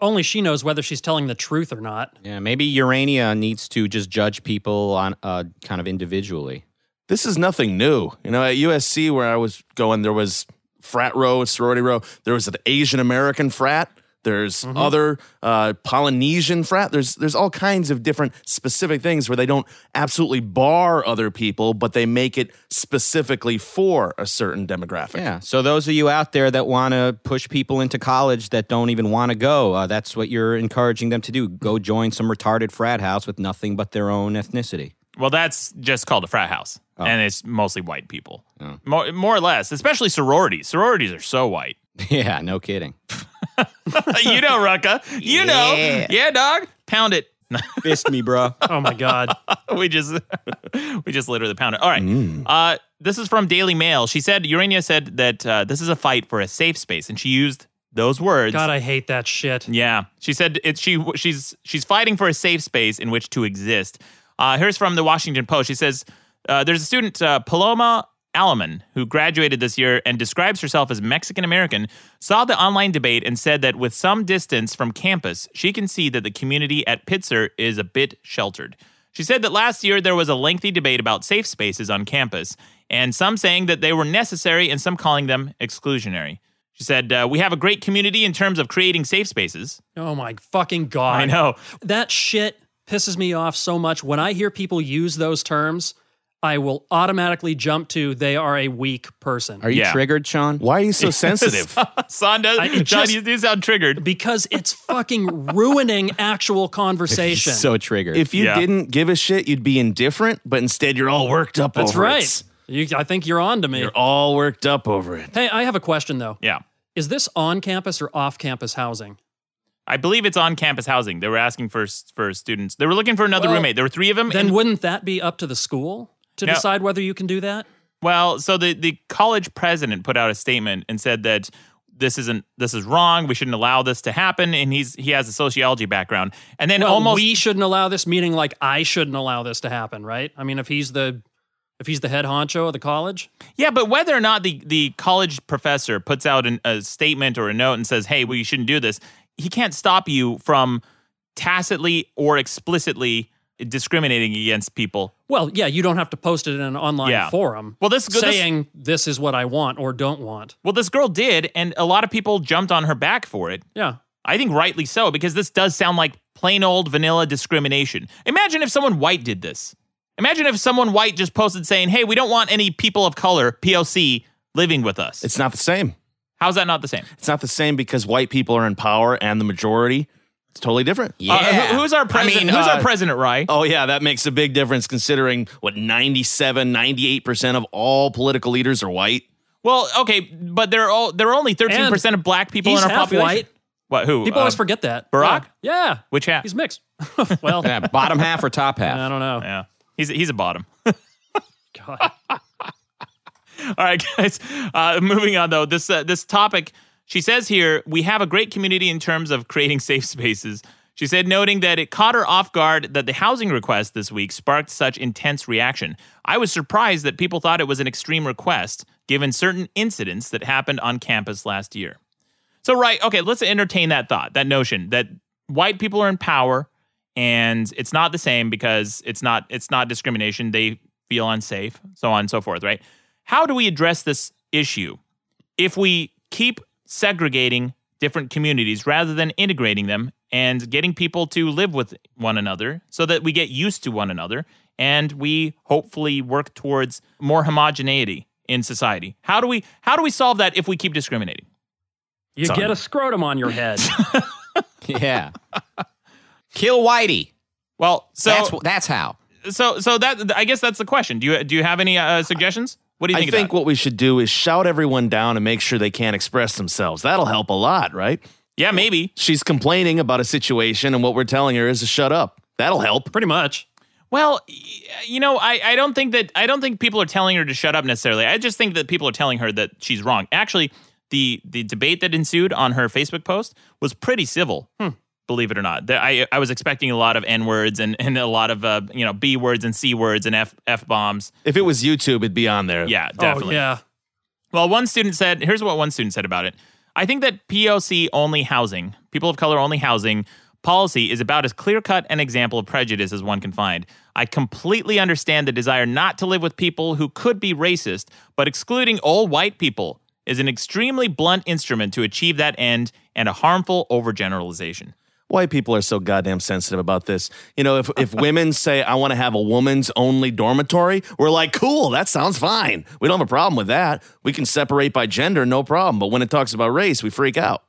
only she knows whether she's telling the truth or not. Yeah, maybe Urania needs to just judge people on uh, kind of individually. this is nothing new. You know, at USC where I was going, there was frat row, sorority row. There was an Asian American frat. There's other uh, Polynesian frat. There's there's all kinds of different specific things where they don't absolutely bar other people, but they make it specifically for a certain demographic. Yeah. So those of you out there that want to push people into college that don't even want to go, uh, that's what you're encouraging them to do. Go join some retarded frat house with nothing but their own ethnicity. Well, that's just called a frat house, Oh. and it's mostly white people, more, more or less. Especially sororities. Sororities are so white. yeah, no kidding. you know, Rucka. You know. Yeah. Yeah, dog. Pound it. Fist me, bro. Oh my God. we just we just literally pound it. All right. Uh, this is from Daily Mail. She said Urania said that uh, this is a fight for a safe space, and she used those words. God, I hate that shit. Yeah, she said it. She she's she's fighting for a safe space in which to exist. Uh, here's from the Washington Post. She says uh, there's a student uh, Paloma Alaman who graduated this year and describes herself as Mexican American. Saw the online debate and said that with some distance from campus, she can see that the community at Pitzer is a bit sheltered. She said that last year there was a lengthy debate about safe spaces on campus, and some saying that they were necessary and some calling them exclusionary. She said, uh, We have a great community in terms of creating safe spaces. Oh my fucking God. I know. That shit pisses me off so much. When I hear people use those terms, I will automatically jump to they are a weak person. Are you Yeah. triggered, Sean? Why are you so sensitive? Son does. I- it John, just- you do sound triggered. because it's fucking ruining actual conversation. So triggered. if you Yeah. didn't give a shit, you'd be indifferent, but instead you're all worked up That's over it. right. You, I think you're on to me. You're all worked up over it. hey, I have a question though. Yeah. Is this on campus or off campus housing? I believe it's on campus housing. They were asking for for students. They were looking for another Well, roommate. There were three of them. Then and- wouldn't that be up to the school to No. decide whether you can do that? well, so the, the college president put out a statement and said that this isn't this is wrong. We shouldn't allow this to happen. And he's he has a sociology background. And then Well, almost we shouldn't allow this. Meaning, like I shouldn't allow this to happen, right? I mean, if he's the if he's the head honcho of the college, Yeah, but whether or not the, the college professor puts out an, a statement or a note and says, hey, well, you shouldn't do this, he can't stop you from tacitly or explicitly discriminating against people. well, yeah, you don't have to post it in an online Yeah. forum Well, this, this- saying this is what I want or don't want. well, this girl did, and a lot of people jumped on her back for it. Yeah, I think rightly so, because this does sound like plain old vanilla discrimination. Imagine if someone white did this. Imagine if someone white just posted saying, hey, we don't want any people of color, POC, living with us. It's not the same. How's that not the same? It's not the same because white people are in power and the majority. It's totally different. yeah. Uh, who- who's our president? mean, who's our uh, president, Rye? Oh, yeah, that makes a big difference considering what 97, 98% of all political leaders are white. Well, okay, but there are all, there are only thirteen percent of black people he's in our half population. white. What? Who? People always Uh, forget that. Barack? Yeah, Yeah. Which half? he's mixed. well, yeah, bottom half or top half? I don't know. yeah, he's he's a bottom. God. all right, guys. Uh, moving on though, this uh, this topic. She says here we have a great community in terms of creating safe spaces. She said, noting that it caught her off guard that the housing request this week sparked such intense reaction. I was surprised that people thought it was an extreme request, given certain incidents that happened on campus last year. So right, okay, let's entertain that thought, that notion that white people are in power and it's not the same because it's not it's not discrimination. They feel unsafe, so on and so forth, right? How do we address this issue if we keep segregating different communities rather than integrating them and getting people to live with one another so that we get used to one another and we hopefully work towards more homogeneity in society? How do we how do we solve that if we keep discriminating? You get a scrotum on your head. yeah. Kill Whitey. Well, so that's that's how. so so that I guess that's the question. Do you do you have any uh, suggestions? What do you I think? think of that? what we should do is shout everyone down and make sure they can't express themselves. That'll help a lot, right? yeah, maybe. She's complaining about a situation, and what we're telling her is to shut up. That'll help. Pretty much. Well, y- you know, I, I don't think that I don't think people are telling her to shut up necessarily. I just think that people are telling her that she's wrong. Actually, the the debate that ensued on her Facebook post was pretty civil. Hmm. Believe it or not, There- I I was expecting a lot of n words and, and a lot of uh, you know b words and c words and f f bombs. If it was YouTube, it'd be on there. Yeah, definitely. Oh, yeah. Well, one student said, here's what one student said about it. I think that POC only housing, people of color only housing policy is about as clear cut an example of prejudice as one can find. I completely understand the desire not to live with people who could be racist, but excluding all white people is an extremely blunt instrument to achieve that end and a harmful overgeneralization. White people are so goddamn sensitive about this. You know, if, if women say, I want to have a woman's only dormitory, we're like, cool, that sounds fine. We don't have a problem with that. We can separate by gender, no problem. But when it talks about race, we freak out.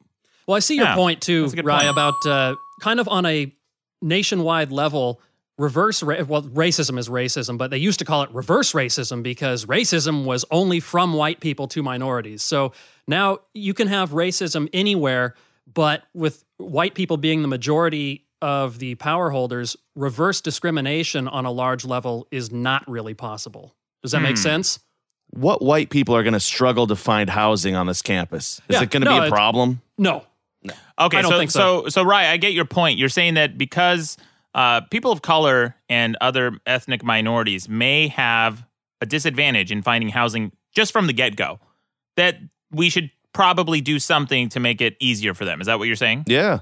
Well, I see your Yeah, point too, that's a good Rye, point. about uh, kind of on a nationwide level. Reverse, ra- well, racism is racism, but they used to call it reverse racism because racism was only from white people to minorities. So now you can have racism anywhere, but with white people being the majority of the power holders, reverse discrimination on a large level is not really possible. Does that make Hmm. sense? What white people are going to struggle to find housing on this campus? Is Yeah, it going to no, be a it's- problem? No. Okay, I don't so, think so so. so Rye, I get your point. You're saying that because uh, people of color and other ethnic minorities may have a disadvantage in finding housing just from the get go, that we should probably do something to make it easier for them. Is that what you're saying? Yeah.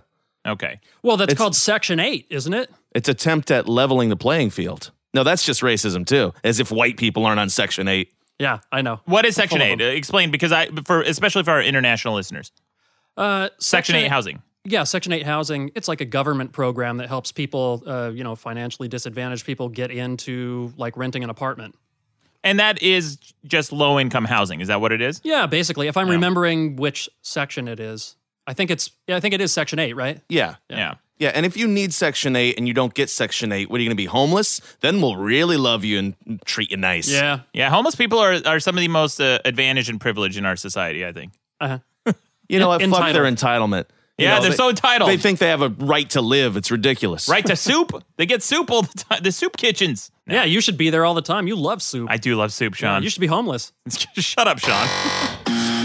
Okay. Well, that's It's- called Section 8, isn't it? It's attempt at leveling the playing field. No, that's just racism too, as if white people aren't on Section 8. Yeah, I know. What is Section full of Eight? Uh, Explain, because I for especially for our international listeners, Uh, Section Eight housing. Yeah, Section 8 housing, it's like a government program that helps people, uh, you know, financially disadvantaged people get into like renting an apartment. And that is just low income housing. Is that what it is? Yeah, basically, if I'm Yeah. remembering which section it is. I think it's yeah, I think it is section 8, right? Yeah. Yeah. Yeah. And if you need Section 8 and you don't get Section 8, what are you going to be homeless? Then we'll really love you and treat you nice. Yeah. Yeah, homeless people are, are some of the most uh, advantaged and privileged in our society, I think. You know what? Fuck Entitled. their entitlement. You Uh-huh. Yeah, know, they're they- so entitled. They think they have a right to live. It's ridiculous. right to soup. They get soup all the time. The soup kitchens. No, Yeah, you should be there all the time. You love soup. I do love soup, Sean. You should be homeless. Shut up, Sean.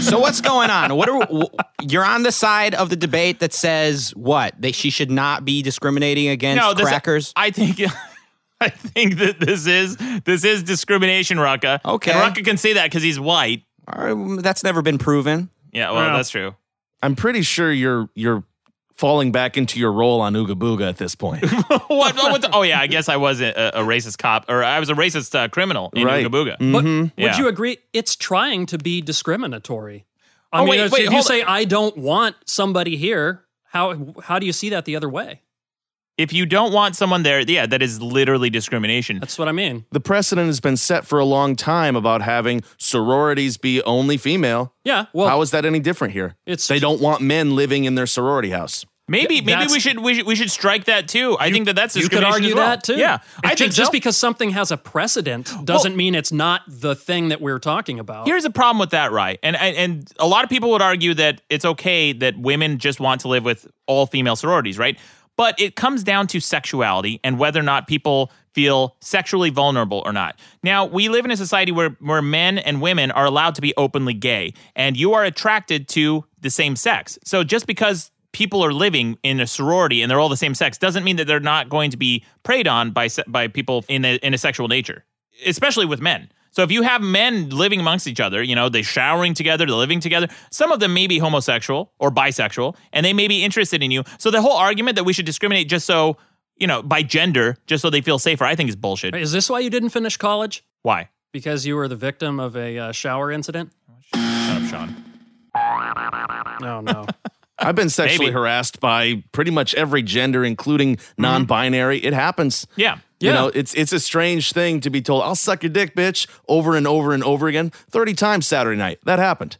So what's going on? What are w- you're on the side of the debate that says what that she should not be discriminating against this, crackers? I think. I think that this is this is discrimination, Rucka. Okay. and Rucka can say that because he's white. All right, that's never been proven. Yeah, well, Well. that's true. I'm pretty sure you're you're falling back into your role on Ooga Booga at this point. what, what's- oh yeah, I guess I was a, a racist cop, or I was a racist uh, criminal in Right. Ooga Booga. Mm-hmm. But Yeah. would you agree it's trying to be discriminatory? I Oh, mean, wait, if wait, you hold say I don't want somebody here, how how do you see that the other way? If you don't want someone there, yeah, that is literally discrimination. That's what I mean. the precedent has been set for a long time about having sororities be only female. Yeah, well, How is that any different here? It's- they don't want men living in their sorority house. Maybe maybe that's- we should, we should we should strike that too. I think that that's you could discrimination argue as well. that too. Yeah, I I think just so. because something has a precedent doesn't mean it's not the thing that we're talking about. Here's the problem with that, right? And, and and a lot of people would argue that it's okay that women just want to live with all female sororities, right? But it comes down to sexuality and whether or not people feel sexually vulnerable or not. Now, we live in a society where where men and women are allowed to be openly gay, and you are attracted to the same sex. So just because people are living in a sorority and they're all the same sex doesn't mean that they're not going to be preyed on by se- by people in a, in a sexual nature especially with men. So if you have men living amongst each other, you know, they showering together, they're living together. Some of them may be homosexual or bisexual, and they may be interested in you. So the whole argument that we should discriminate just so, you know, by gender, just so they feel safer, I think is bullshit. Is this why you didn't finish college? Why? Because you were the victim of a uh, shower incident? Shut up, Sean. No, Oh, no. I've been sexually Maybe. Mm-hmm. harassed by pretty much every gender, including non-binary. It happens. Yeah. You Yeah. know, it's it's a strange thing to be told, I'll suck your dick, bitch, over and over and over again. 30 times Saturday night. That happened.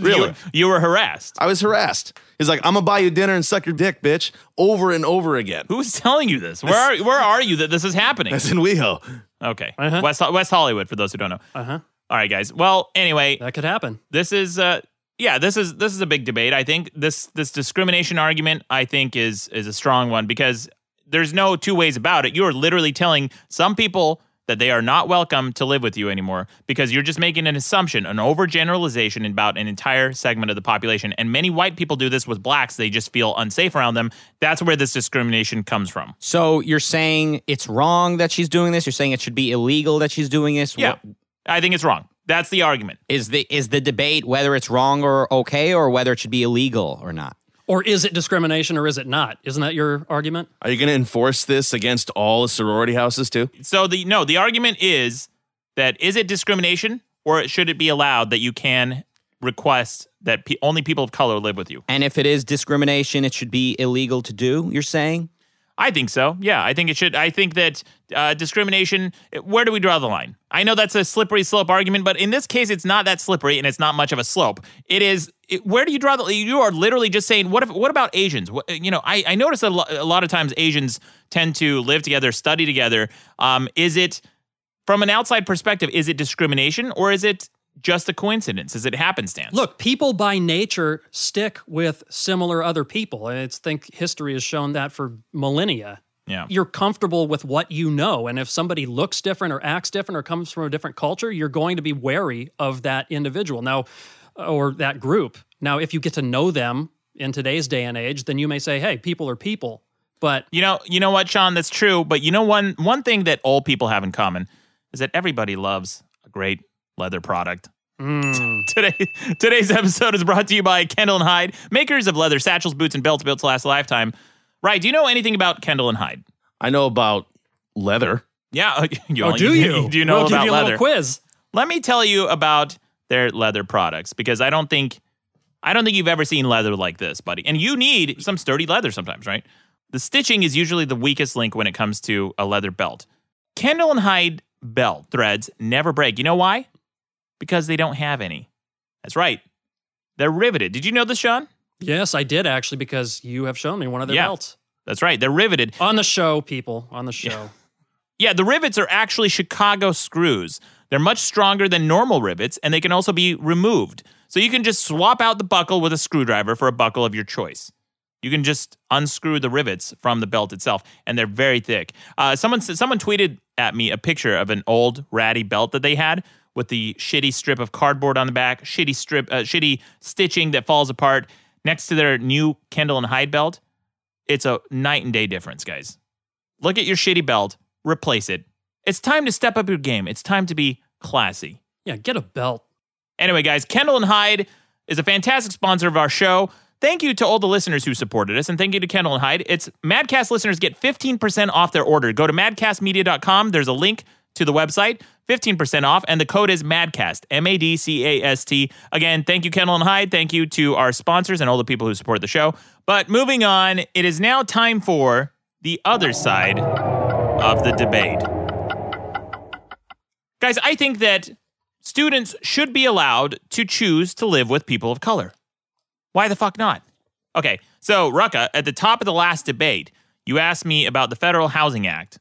Really? You, you were harassed. I was harassed. He's like, I'm gonna buy you dinner and suck your dick, bitch, over and over again. Who's telling you this? Where are where are you that this is happening? That's in WeHo. Okay, Uh-huh. West West Hollywood for those who don't know. Uh huh. All right, guys. Well, anyway, That could happen. this is uh yeah this is this is a big debate i think this this discrimination argument i think is is a strong one because there's no two ways about it you're literally telling some people that they are not welcome to live with you anymore because you're just making an assumption an overgeneralization about an entire segment of the population and many white people do this with blacks they just feel unsafe around them that's where this discrimination comes from So you're saying it's wrong that she's doing this? You're saying it should be illegal that she's doing this? yeah What- i think it's wrong that's the argument Is the is the debate whether it's wrong or okay or whether it should be illegal or not? Or is it discrimination or is it not? Isn't that your argument? Are you gonna enforce this against all the sorority houses too? so the no the argument is that is it discrimination or should it be allowed that you can request that pe- only people of color live with you And if it is discrimination, it should be illegal to do, you're saying? i think so yeah i think it should i think that uh, discrimination where do we draw the line i know that's a slippery slope argument but in this case it's not that slippery and it's not much of a slope it is it, where do you draw the you are literally just saying what if what about asians what, you know i, I notice a, lo- a lot of times asians tend to live together study together um, is it from an outside perspective, is it discrimination or is it just a coincidence? Is it happenstance? Look, people by nature stick with similar other people. I think history has shown that for millennia. yeah, You're comfortable with what you know. And if somebody looks different or acts different or comes from a different culture, you're going to be wary of that individual now uh, or that group. Now, if you get to know them in today's day and age, then you may say, hey, people are people. But you know, you know what, Sean, that's true. But you know one one thing that all people have in common is that everybody loves a great leather product. mm, Today, today's episode is brought to you by Kendall and Hyde, makers of leather satchels, boots, and belts built to last a lifetime. Right? Do you know anything about Kendall and Hyde? I know about leather. Yeah, you oh, only- do you? Do you know we'll about give you a leather? little quiz. Let me tell you about their leather products because I don't think I don't think you've ever seen leather like this, buddy. And you need some sturdy leather sometimes, right? The stitching is usually the weakest link when it comes to a leather belt. Kendall and Hyde belt threads never break. You know why? Because they don't have any. That's right. They're riveted. Did you know this, Sean? Yes, I did actually, because you have shown me one of their Yeah. belts. That's right. They're riveted. On the show, people. On the show. Yeah, the rivets are actually Chicago screws. They're much stronger than normal rivets, and they can also be removed. So you can just swap out the buckle with a screwdriver for a buckle of your choice. You can just unscrew the rivets from the belt itself, and they're very thick. Uh, someone s- someone tweeted at me a picture of an old ratty belt that they had with the shitty strip of cardboard on the back, shitty strip, uh, shitty stitching that falls apart next to their new Kendall and Hyde belt. It's a night and day difference, guys. Look at your shitty belt, replace it. It's time to step up your game. It's time to be classy. Yeah, get a belt. Anyway, guys, Kendall and Hyde is a fantastic sponsor of our show. Thank you to all the listeners who supported us, and thank you to Kendall and Hyde. It's Madcast listeners get 15% off their order. Go to madcastmedia.com. There's a link to the website, 15% off, and the code is MADCAST, M A D C A S T. Again, thank you, Kendall and Hyde. Thank you to our sponsors and all the people who support the show. But moving on, it is now time for the other side of the debate. Guys, I think that students should be allowed to choose to live with people of color. Why the fuck not? Okay, so Rucka, at the top of the last debate, you asked me about the Federal Housing Act,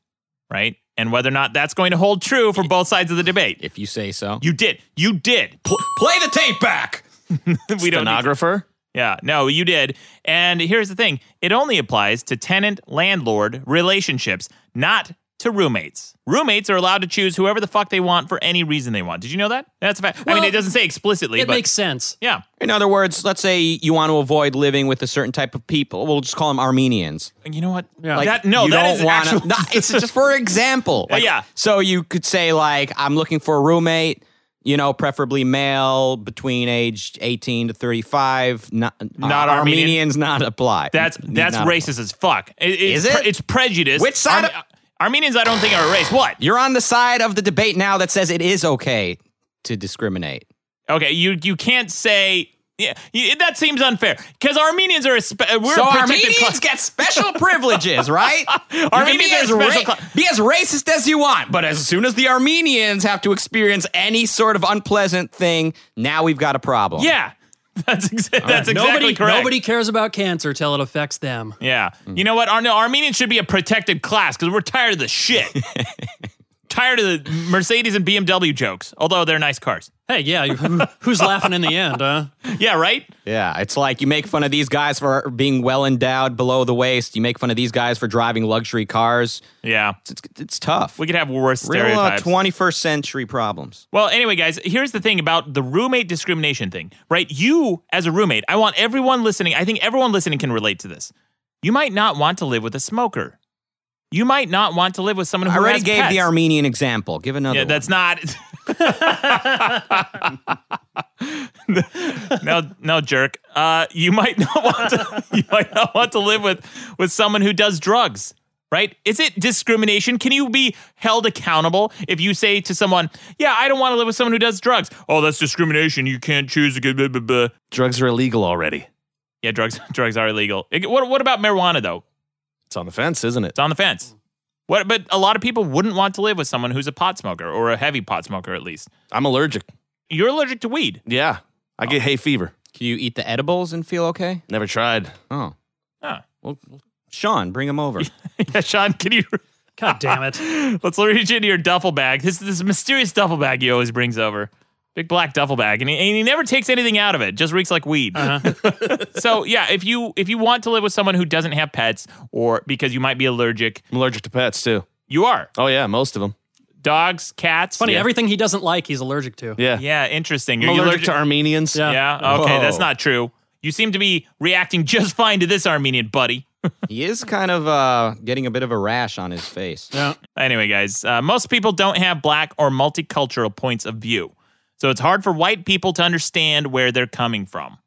right? And whether or not that's going to hold true for both sides of the debate. If you say so. You did. You did. play the tape back. We don't need- Stenographer? Yeah, no, you did. And here's the thing it only applies to tenant landlord relationships, not to roommates. Roommates are allowed to choose whoever the fuck they want for any reason they want. Did you know that? That's a fact. I mean, Well, it doesn't say explicitly, It but makes sense. yeah. In other words, let's say you want to avoid living with a certain type of people. We'll just call them Armenians. And You know what? Yeah. That- no, you that don't is wanna- actual- No, it's just for example. Like, yeah. So you could say like, I'm looking for a roommate. You know, preferably male, between age 18 to 35. Not, Not uh, Armenian. Armenians not apply. That's that's Not- racist as fuck. It, it's Is it? pre- it's prejudice. Which side of- Armenians, I don't think are a race. What? You're on the side of the uh, debate now that says it is okay to discriminate. Okay, you you can't say Yeah, y- that seems unfair because Armenians are a spe- we're so a protected Armenians class. get special privileges, right? You can Armenians be are as special cla- be as racist as you want, but as soon as the Armenians have to experience any sort of unpleasant thing, now we've got a problem. yeah, that's exa- that's exactly nobody, correct. nobody cares about cancer till it affects them. Yeah. You know what? Ar- no, Armenians should be a protected class because we're tired of the shit. tired of the Mercedes and BMW jokes, although they're nice cars. Hey, yeah, who- who's laughing in the end, huh? Yeah, right? Yeah, it's like you make fun of these guys for being well endowed below the waist. You make fun of these guys for driving luxury cars. Yeah. It's, it's, it's tough. We could have worse Real uh, stereotypes. 21st century problems. well, anyway, guys, here's the thing about the roommate discrimination thing, right? You, as a roommate, I want everyone listening, I think everyone listening can relate to this. You might not want to live with a smoker. You might not want to live with someone who I already has gave the pets. Armenian example. Give another Yeah, one. that's not. no, no, jerk. Uh, you might not want to. You might not want to live with with someone who does drugs. Right? Is it discrimination? Can you be held accountable if you say to someone, "Yeah, I don't want to live with someone who does drugs"? Oh, that's discrimination. You can't choose to get blah blah blah. Drugs are illegal already. Yeah, drugs. Drugs are illegal. It- What What about marijuana though? It's on the fence, isn't it? It's on the fence. What? But a lot of people wouldn't want to live with someone who's a pot smoker or a heavy pot smoker, at least. I'm allergic. You're allergic to weed. Yeah. I get hay fever. Can you eat the edibles and feel okay? Never tried. Oh. Huh. Well, Sean, bring him over. Yeah, Sean, can you? God damn it. Let's reach into your duffel bag. This this mysterious duffel bag he always brings over, big black duffel bag, and he, and he never takes anything out of it. Just reeks like weed. Uh-huh. so yeah, if you if you want to live with someone who doesn't have pets or because you might be allergic, I'm allergic to pets too. you are Oh yeah, most of them. dogs, cats. Funny, yeah. everything he doesn't like, he's allergic to. Yeah. yeah, interesting. I'm Are you allergic to Armenians. Yeah. yeah, okay, Whoa. that's not true. You seem to be reacting just fine to this Armenian buddy. he is kind of uh, getting a bit of a rash on his face. Yeah. Anyway, guys, uh, most people don't have black or multicultural points of view. So it's hard for white people to understand where they're coming from.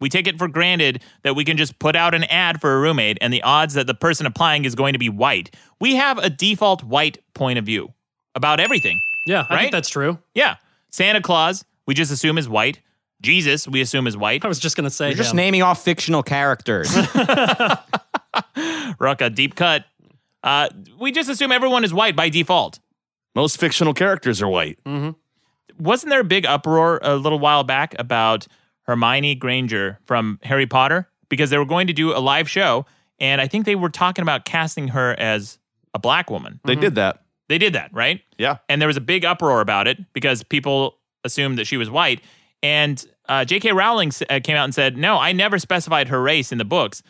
We take it for granted that we can just put out an ad for a roommate and the odds that the person applying is going to be white. We have a default white point of view about everything. Yeah, I Right? think that's true. Yeah. Santa Claus, we just assume is white. Jesus, we assume is white. I was just going to say You're just him. naming off fictional characters. Rucka, deep cut. Uh, we just assume everyone is white by default. Mm-hmm. Most fictional characters are white. wasn't there a big uproar a little while back about Hermione Granger from Harry Potter because they were going to do a live show and I think they were talking about casting her as a black woman. They did that. They did that, right? Yeah. And there was a big uproar about it because people assumed that she was white and uh, J.K. Rowling s- uh, came out and said, "No, I never specified her race in the books."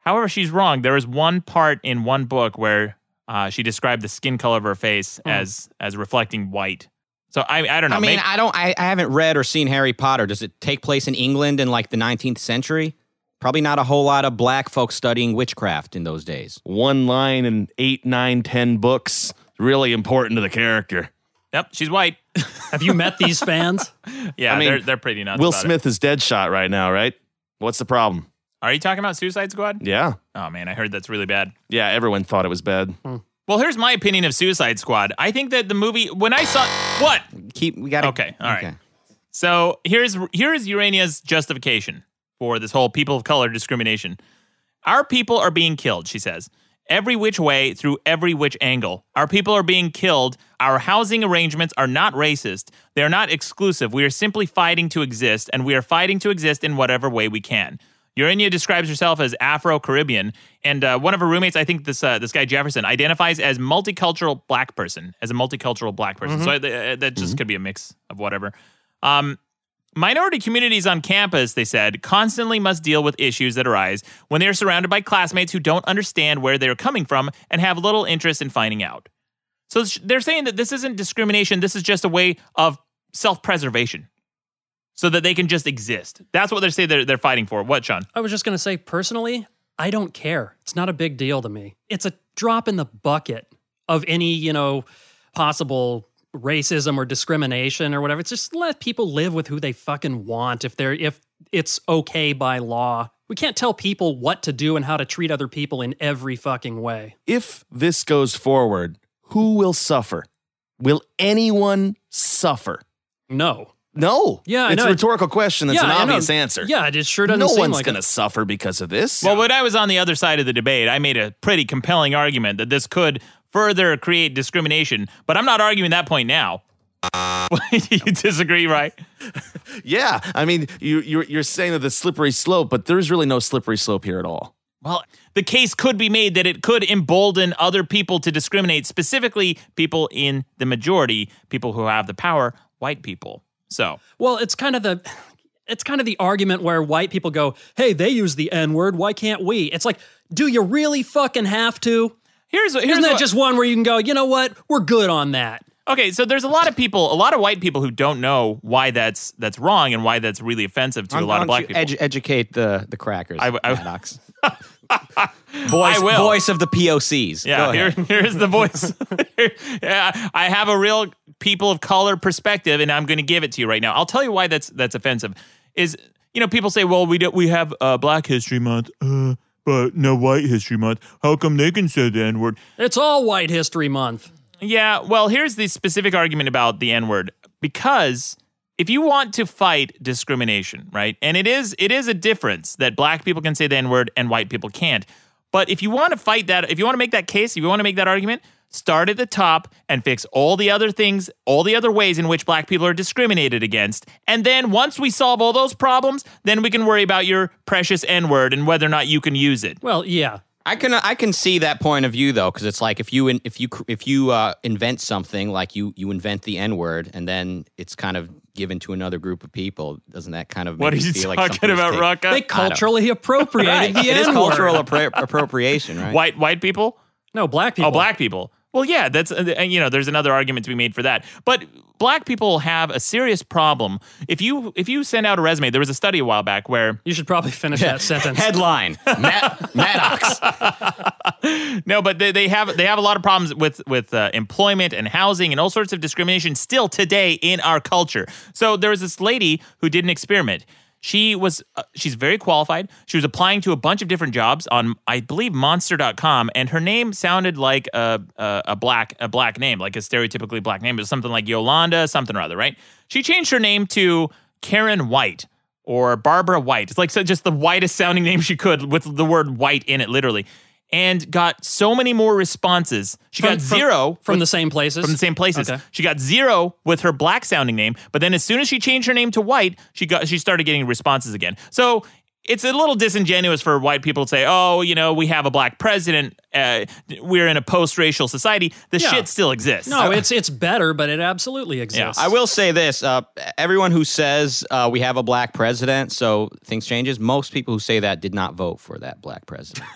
However, she's wrong. There is one part in one book where uh, she described the skin color of her face Hmm. as as reflecting white. So I, I don't know. I mean, Maybe- I don't. I, I haven't read or seen Harry Potter. Does it take place in England in like the 19th century? Probably not a whole lot of black folks studying witchcraft in those days. One line in eight, nine, ten books. Really important to the character. Yep, she's white. Have you met these fans? Yeah, I mean, they're they're pretty nuts. Will about it. Smith is dead shot right now, right? What's the problem? Are you talking about Suicide Squad? Yeah. Oh man, I heard that's really bad. Yeah, everyone thought it was bad. Hmm. Well, here's my opinion of Suicide Squad. I think that the movie when I saw what? Keep. We got to. Okay, all right. So here's here is Urania's justification for this whole people of color discrimination. Our people are being killed, she says. Every which way, through every which angle. Our people are being killed. Our housing arrangements are not racist. They are not exclusive. We are simply fighting to exist, and we are fighting to exist in whatever way we can. Urania describes herself as Afro Caribbean, and uh, one of her roommates, I think this uh, this guy Jefferson, identifies as multicultural black person, as a multicultural black person. So I, th- uh, that just could be a mix of whatever. Um, Minority communities on campus, they said, constantly must deal with issues that arise when they are surrounded by classmates who don't understand where they are coming from and have little interest in finding out. So sh- they're saying that this isn't discrimination, this is just a way of self preservation so that they can just exist. That's what they're saying they're, they're fighting for. What, Sean? I was just going to say, personally, I don't care. It's not a big deal to me. It's a drop in the bucket of any, you know, possible racism or discrimination or whatever. It's just let people live with who they fucking want if they're if it's okay by law. We can't tell people what to do and how to treat other people in every fucking way. If this goes forward, who will suffer? Will anyone suffer? No. No. Yeah, I It's know. a rhetorical question. It's Yeah, an I know. obvious answer. Yeah, it sure doesn't no seem one's like gonna it. suffer because of this. Well, when I was on the other side of the debate, I made a pretty compelling argument that this could further create discrimination, but I'm not arguing that point now. you disagree, right? yeah. I mean, you, you're you're saying that the slippery slope, but there's really no slippery slope here at all. Well, the case could be made that it could embolden other people to discriminate, specifically people in the majority, people who have the power, white people. So, Well, it's kind of the it's kind of the argument where white people go, "Hey, they use the N-word, why can't we?" It's like, "Do you really fucking have to?" here's here's Isn't that what- just one where you can go, "You know what? We're good on that." Okay, so there's a lot of people, a lot of white people who don't know why that's that's wrong and why that's really offensive to a lot of black people. educate the the crackers. I w- I w- Maddox. voice, I will. Voice of the POCs. Go Yeah, here, ahead. here's the voice. yeah, I have a real people of color perspective, and I'm going to give it to you right now. I'll tell you why that's that's offensive. Is you know people say, well, we do, we have uh, Black History Month, uh, but no White History Month. How come they can say the N word? It's all white history month. Yeah, well, here's the specific argument about the N word because if you want to fight discrimination, right, and it is it is a difference that black people can say the N word and white people can't. But if you want to fight that, if you want to make that case, if you want to make that argument, start at the top and fix all the other things, all the other ways in which black people are discriminated against. And then once we solve all those problems, then we can worry about your precious N word and whether or not you can use it. Well, yeah. I can I can see that point of view though, because it's like if you in, if you cr- if you uh, invent something like you you invent the N word and then it's kind of given to another group of people, doesn't that kind of What are make you feel like talking something was about, taken- Rucka? They culturally appropriated Right. the It is N-word. cultural appro- appropriation, right? white white people? No, black people. Oh, black people. Well, yeah, that's uh, and, you know, there's another argument to be made for that. But black people have a serious problem. If you if you send out a resume, there was a study a while back where You should probably finish that sentence. Headline: Matt, Maddox. no, but they, they have they have a lot of problems with with uh, employment and housing and all sorts of discrimination still today in our culture. So there was this lady who did an experiment. She was uh, she's very qualified. She was applying to a bunch of different jobs on I believe monster.com and her name sounded like a a, a black a black name, like a stereotypically black name. It was something like Yolanda, something or other, right? She changed her name to Karen White or Barbara White. It's like so just the whitest sounding name she could with the word white in it, literally. And got so many more responses. She From- got from- zero from with- the same places. from the same places. Okay. She got zero with her black sounding name, but then as soon as she changed her name to white, she got she started getting responses again. So it's a little disingenuous for white people to say, "Oh, you know, we have a black president. Uh, we're in a post-racial society. The Yeah. shit still exists." No, it's it's better, but it absolutely exists. Yeah, I will say this: uh, everyone who says uh, we have a black president, so things changes. Most people who say that did not vote for that black president.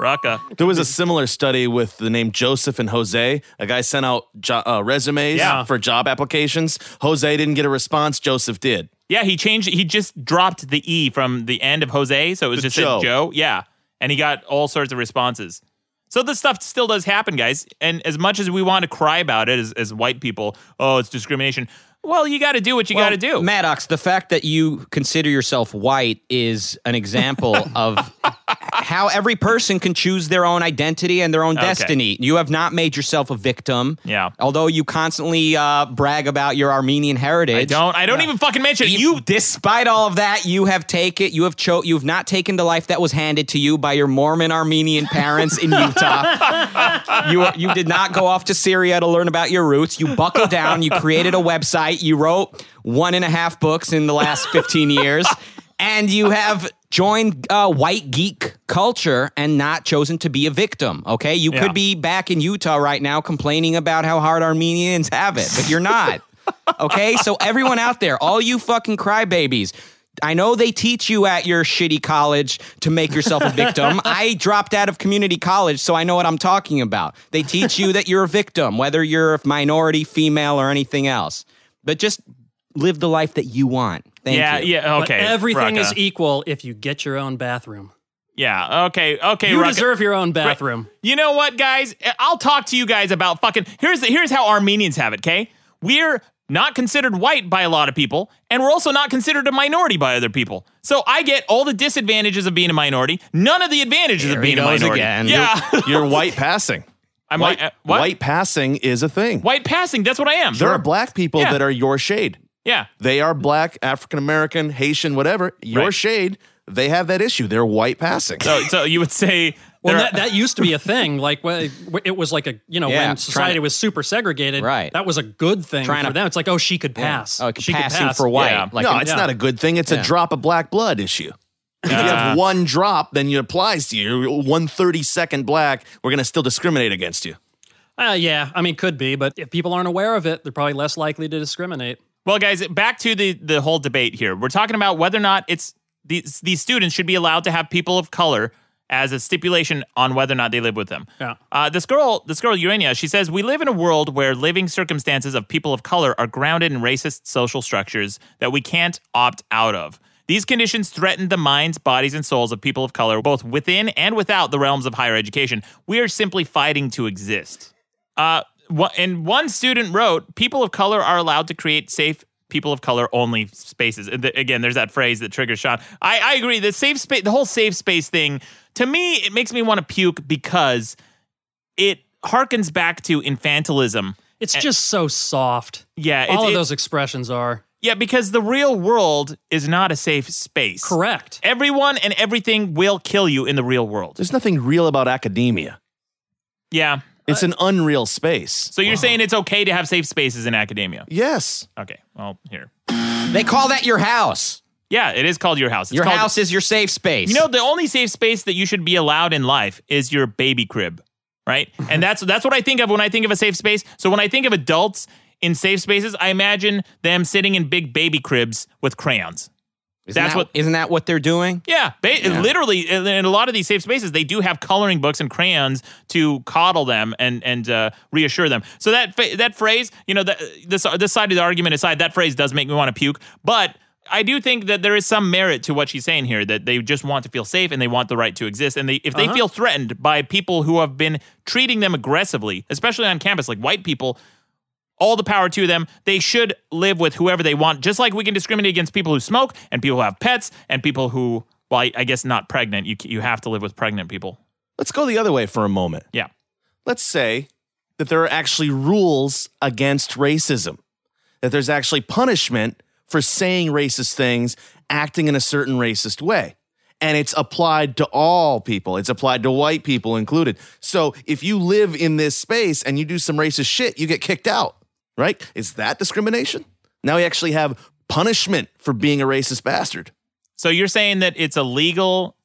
Raka. There was a similar study with the name Joseph and Jose. A guy sent out jo- uh, resumes Yeah. for job applications. Jose didn't get a response. Joseph did. Yeah, he changed. He just dropped the E from the end of Jose, so it was To just said Joe. Joe. Yeah, and he got all sorts of responses. So this stuff still does happen, guys. And as much as we want to cry about it as, as white people, oh, it's discrimination. Well, you got to do what you got to do. Maddox, the fact that you consider yourself white is an example of how every person can choose their own identity and their own Okay. destiny. You have not made yourself a victim. Yeah. Although you constantly uh, brag about your Armenian heritage. I don't. I don't even fucking mention it. You, You. despite all of that, you have taken, you have cho- you have not taken the life that was handed to you by your Mormon Armenian parents in Utah. you are- you did not go off to Syria to learn about your roots. You buckled down. You created a website. You wrote one and a half books in the last fifteen years, and you have joined uh, white geek culture and not chosen to be a victim. Okay, you Yeah. could be back in Utah right now complaining about how hard Armenians have it, but you're not. Okay, so everyone out there, all you fucking crybabies, I know they teach you at your shitty college to make yourself a victim. I dropped out of community college, so I know what I'm talking about. They teach you that you're a victim, whether you're a minority, female, or anything else. But just live the life that you want. Thank Yeah. you. Yeah. But Okay. everything Raka. is e- equal if you get your own bathroom. Yeah. Okay. Okay. you Raka. deserve your own bathroom. You know what, guys? I'll talk to you guys about fucking. Here's the, here's how Armenians have it. Okay, we're not considered white by a lot of people, and we're also not considered a minority by other people. So I get all the disadvantages of being a minority, none of the advantages Here of he being a goes minority. again. Yeah, You're white passing. I'm white, white. uh, what? white passing is a thing. White passing. That's what I am. there are black people Yeah. that are your shade. Yeah. They are black, African American, Haitian, whatever. Your Right. shade. They have that issue. They're white passing. So, so you would say Well, there that, are- that used to be a thing. Like wh- it was like a you know Yeah, when society trying to- was super segregated. Right. That was a good thing Trying for to- them. It's like oh she could pass. Oh, like she passing for white. yeah. Like no, an- it's yeah. not a good thing. It's Yeah. a drop of black blood issue. If you Ah. have one drop, then it applies to you. One thirty second black, we're gonna still discriminate against you. Uh, yeah, I mean could be, but if people aren't aware of it, they're probably less likely to discriminate. Well, guys, back to the the whole debate here. We're talking about whether or not it's these these students should be allowed to have people of color as a stipulation on whether or not they live with them. Yeah. Uh, this girl, this girl Urania, she says we live in a world where living circumstances of people of color are grounded in racist social structures that we can't opt out of. These conditions threaten the minds, bodies, and souls of people of color, both within and without the realms of higher education. We are simply fighting to exist. Uh, wha- and one student wrote, "People of color are allowed to create safe." People of color only spaces. And th- Again, there's that phrase that triggers Sean. I, I agree. The safe space, the whole safe space thing, to me, it makes me want to puke because it harkens back to infantilism. It's just so soft. Yeah, it's- All of it- those expressions are Yeah, because the real world is not a safe space. correct. Everyone and everything will kill you in the real world. There's nothing real about academia. Yeah. Uh, It's an unreal space. So you're saying it's okay to have safe spaces in academia? Yes. Okay. Well, here. they call that your house. Yeah, it is called your house. It's your called- house is your safe space. You know, the only safe space that you should be allowed in life is your baby crib, right? and that's that's what I think of when I think of a safe space. So when I think of adults in safe spaces, I imagine them sitting in big baby cribs with crayons. isn't that's that, what- isn't that what they're doing? Yeah, ba- literally in in a lot of these safe spaces, they do have coloring books and crayons to coddle them and and uh, reassure them. So that fa- that phrase, you know, the, this this side of the argument aside, that phrase does make me want to puke, but. I do think that there is some merit to what she's saying here that they just want to feel safe and they want the right to exist and they if they feel threatened by people who have been treating them aggressively especially on campus like white people all the power to them. They should live with whoever they want, just like we can discriminate against people who smoke and people who have pets and people who, well, I, I guess not pregnant. You, you have to live with pregnant people. Let's go the other way for a moment. Yeah. Let's say that there are actually rules against racism, that there's actually punishment for saying racist things, acting in a certain racist way. And it's applied to all people. It's applied to white people included. So if you live in this space and you do some racist shit, you get kicked out, right? Is that discrimination? Now we actually have punishment for being a racist bastard. So you're saying that it's illegal,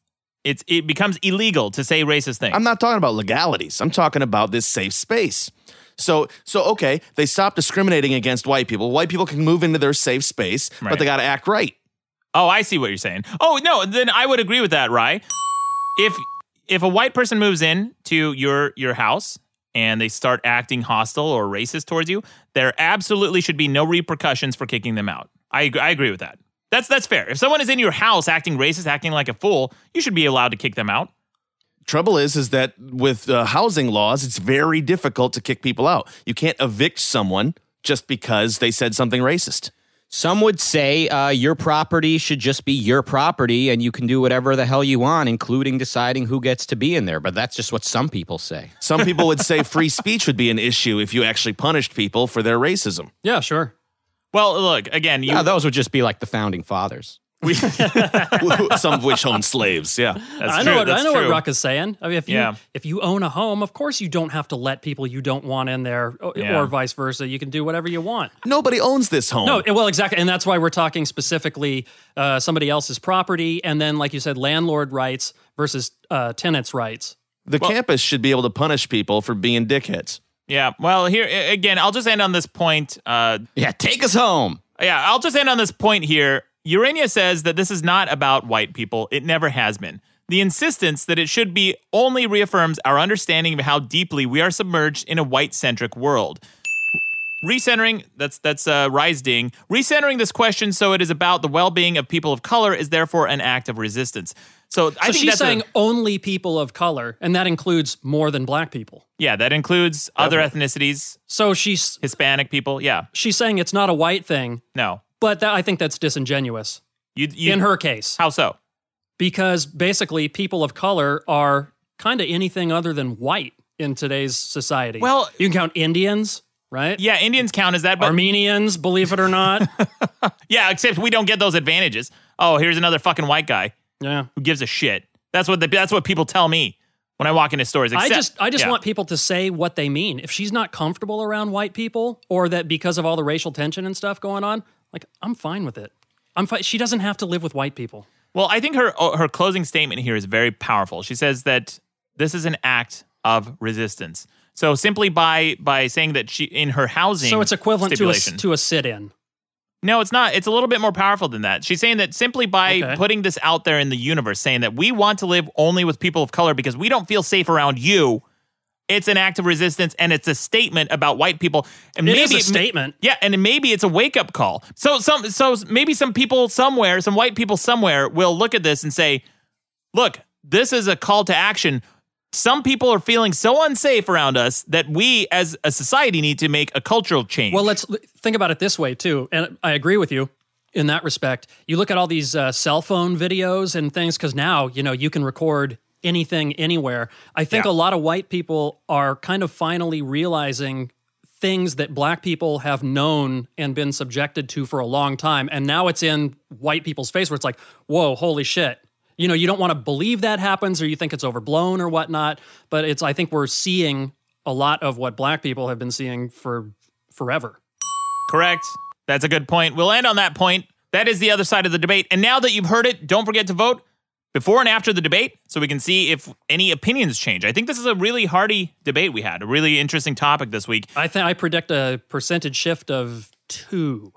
it's, it becomes illegal to say racist things. I'm not talking about legalities. I'm talking about this safe space. So, so okay, they stop discriminating against white people. White people can move into their safe space, Right. but they got to act right. oh, I see what you're saying. Oh, no, then I would agree with that, Rye. If, if a white person moves in to your, your house and they start acting hostile or racist towards you, there absolutely should be no repercussions for kicking them out. I, ag- I agree with that. That's that's fair. If someone is in your house acting racist, acting like a fool, you should be allowed to kick them out. Trouble is, is that with uh, housing laws, it's very difficult to kick people out. You can't evict someone just because they said something racist. Some would say uh, your property should just be your property and you can do whatever the hell you want, including deciding who gets to be in there. But that's just what some people say. Some people would say free speech would be an issue if you actually punished people for their racism. Yeah, sure. Well, look again. You, Yeah, those would just be like the founding fathers. Some of which own slaves. Yeah. that's I know true, what that's I know true. what Ruck is saying. I mean, if you Yeah. if you own a home, of course you don't have to let people you don't want in there, or, Yeah. or vice versa. You can do whatever you want. Nobody owns this home. No, well, exactly, and that's why we're talking specifically uh, somebody else's property, and then, like you said, landlord rights versus uh, tenants' rights. the campus should be able to punish people for being dickheads. Yeah. Well, here a- again, I'll just end on this point. Uh, Yeah, take us home. yeah, I'll just end on this point here. Urania says that this is not about white people. It never has been. The insistence that it should be only reaffirms our understanding of how deeply we are submerged in a white-centric world. Recentering, that's that's uh, Rise Ding. Recentering this question so it is about the well-being of people of color is therefore an act of resistance. So, I So think she's that's a- saying only people of color, and that includes more than black people. yeah, that includes other ethnicities, So she's Hispanic people. Yeah, she's saying it's not a white thing, no, but that, I think that's disingenuous you, you in her case How so? because basically people of color are kind of anything other than white. in today's society. Well- you can count Indians, right? Yeah, Indians count as that, but Armenians, believe it or not. yeah, except we don't get those advantages. Oh, here's another fucking white guy yeah. who gives a shit. That's what the, that's what people tell me when I walk into stores. I except- just I just yeah. want people to say what they mean. If she's not comfortable around white people, or that because of all the racial tension and stuff going on, like I'm fine with it. I'm fine. She doesn't have to live with white people. Well, I think her oh, her closing statement here is very powerful. She says that this is an act of resistance. So simply by by saying that she in her housing, So it's equivalent to a stipulation- to a sit-in. No, it's not. It's a little bit more powerful than that. She's saying that simply by Okay. putting this out there in the universe, saying that we want to live only with people of color because we don't feel safe around you, it's an act of resistance and it's a statement about white people. And It maybe is a it- statement. yeah, and maybe it's a wake up call. So some, so maybe some people somewhere, some white people somewhere, will look at this and say, "Look, this is a call to action." Some people are feeling so unsafe around us that we, as a society, need to make a cultural change. Well, let's l- think about it this way too, and I agree with you in that respect. You look at all these uh, cell phone videos and things because now you know you can record anything anywhere. I think a lot of white people are kind of finally realizing things that black people have known and been subjected to for a long time, and now it's in white people's face where it's like, whoa, holy shit. You know, you don't want to believe that happens or you think it's overblown or whatnot, but it's, I think we're seeing a lot of what black people have been seeing for forever. Correct. That's a good point. We'll end on that point. That is the other side of the debate. And now that you've heard it, don't forget to vote before and after the debate so we can see if any opinions change. I think this is a really hearty debate we had, a really interesting topic this week. I think I predict a percentage shift of two.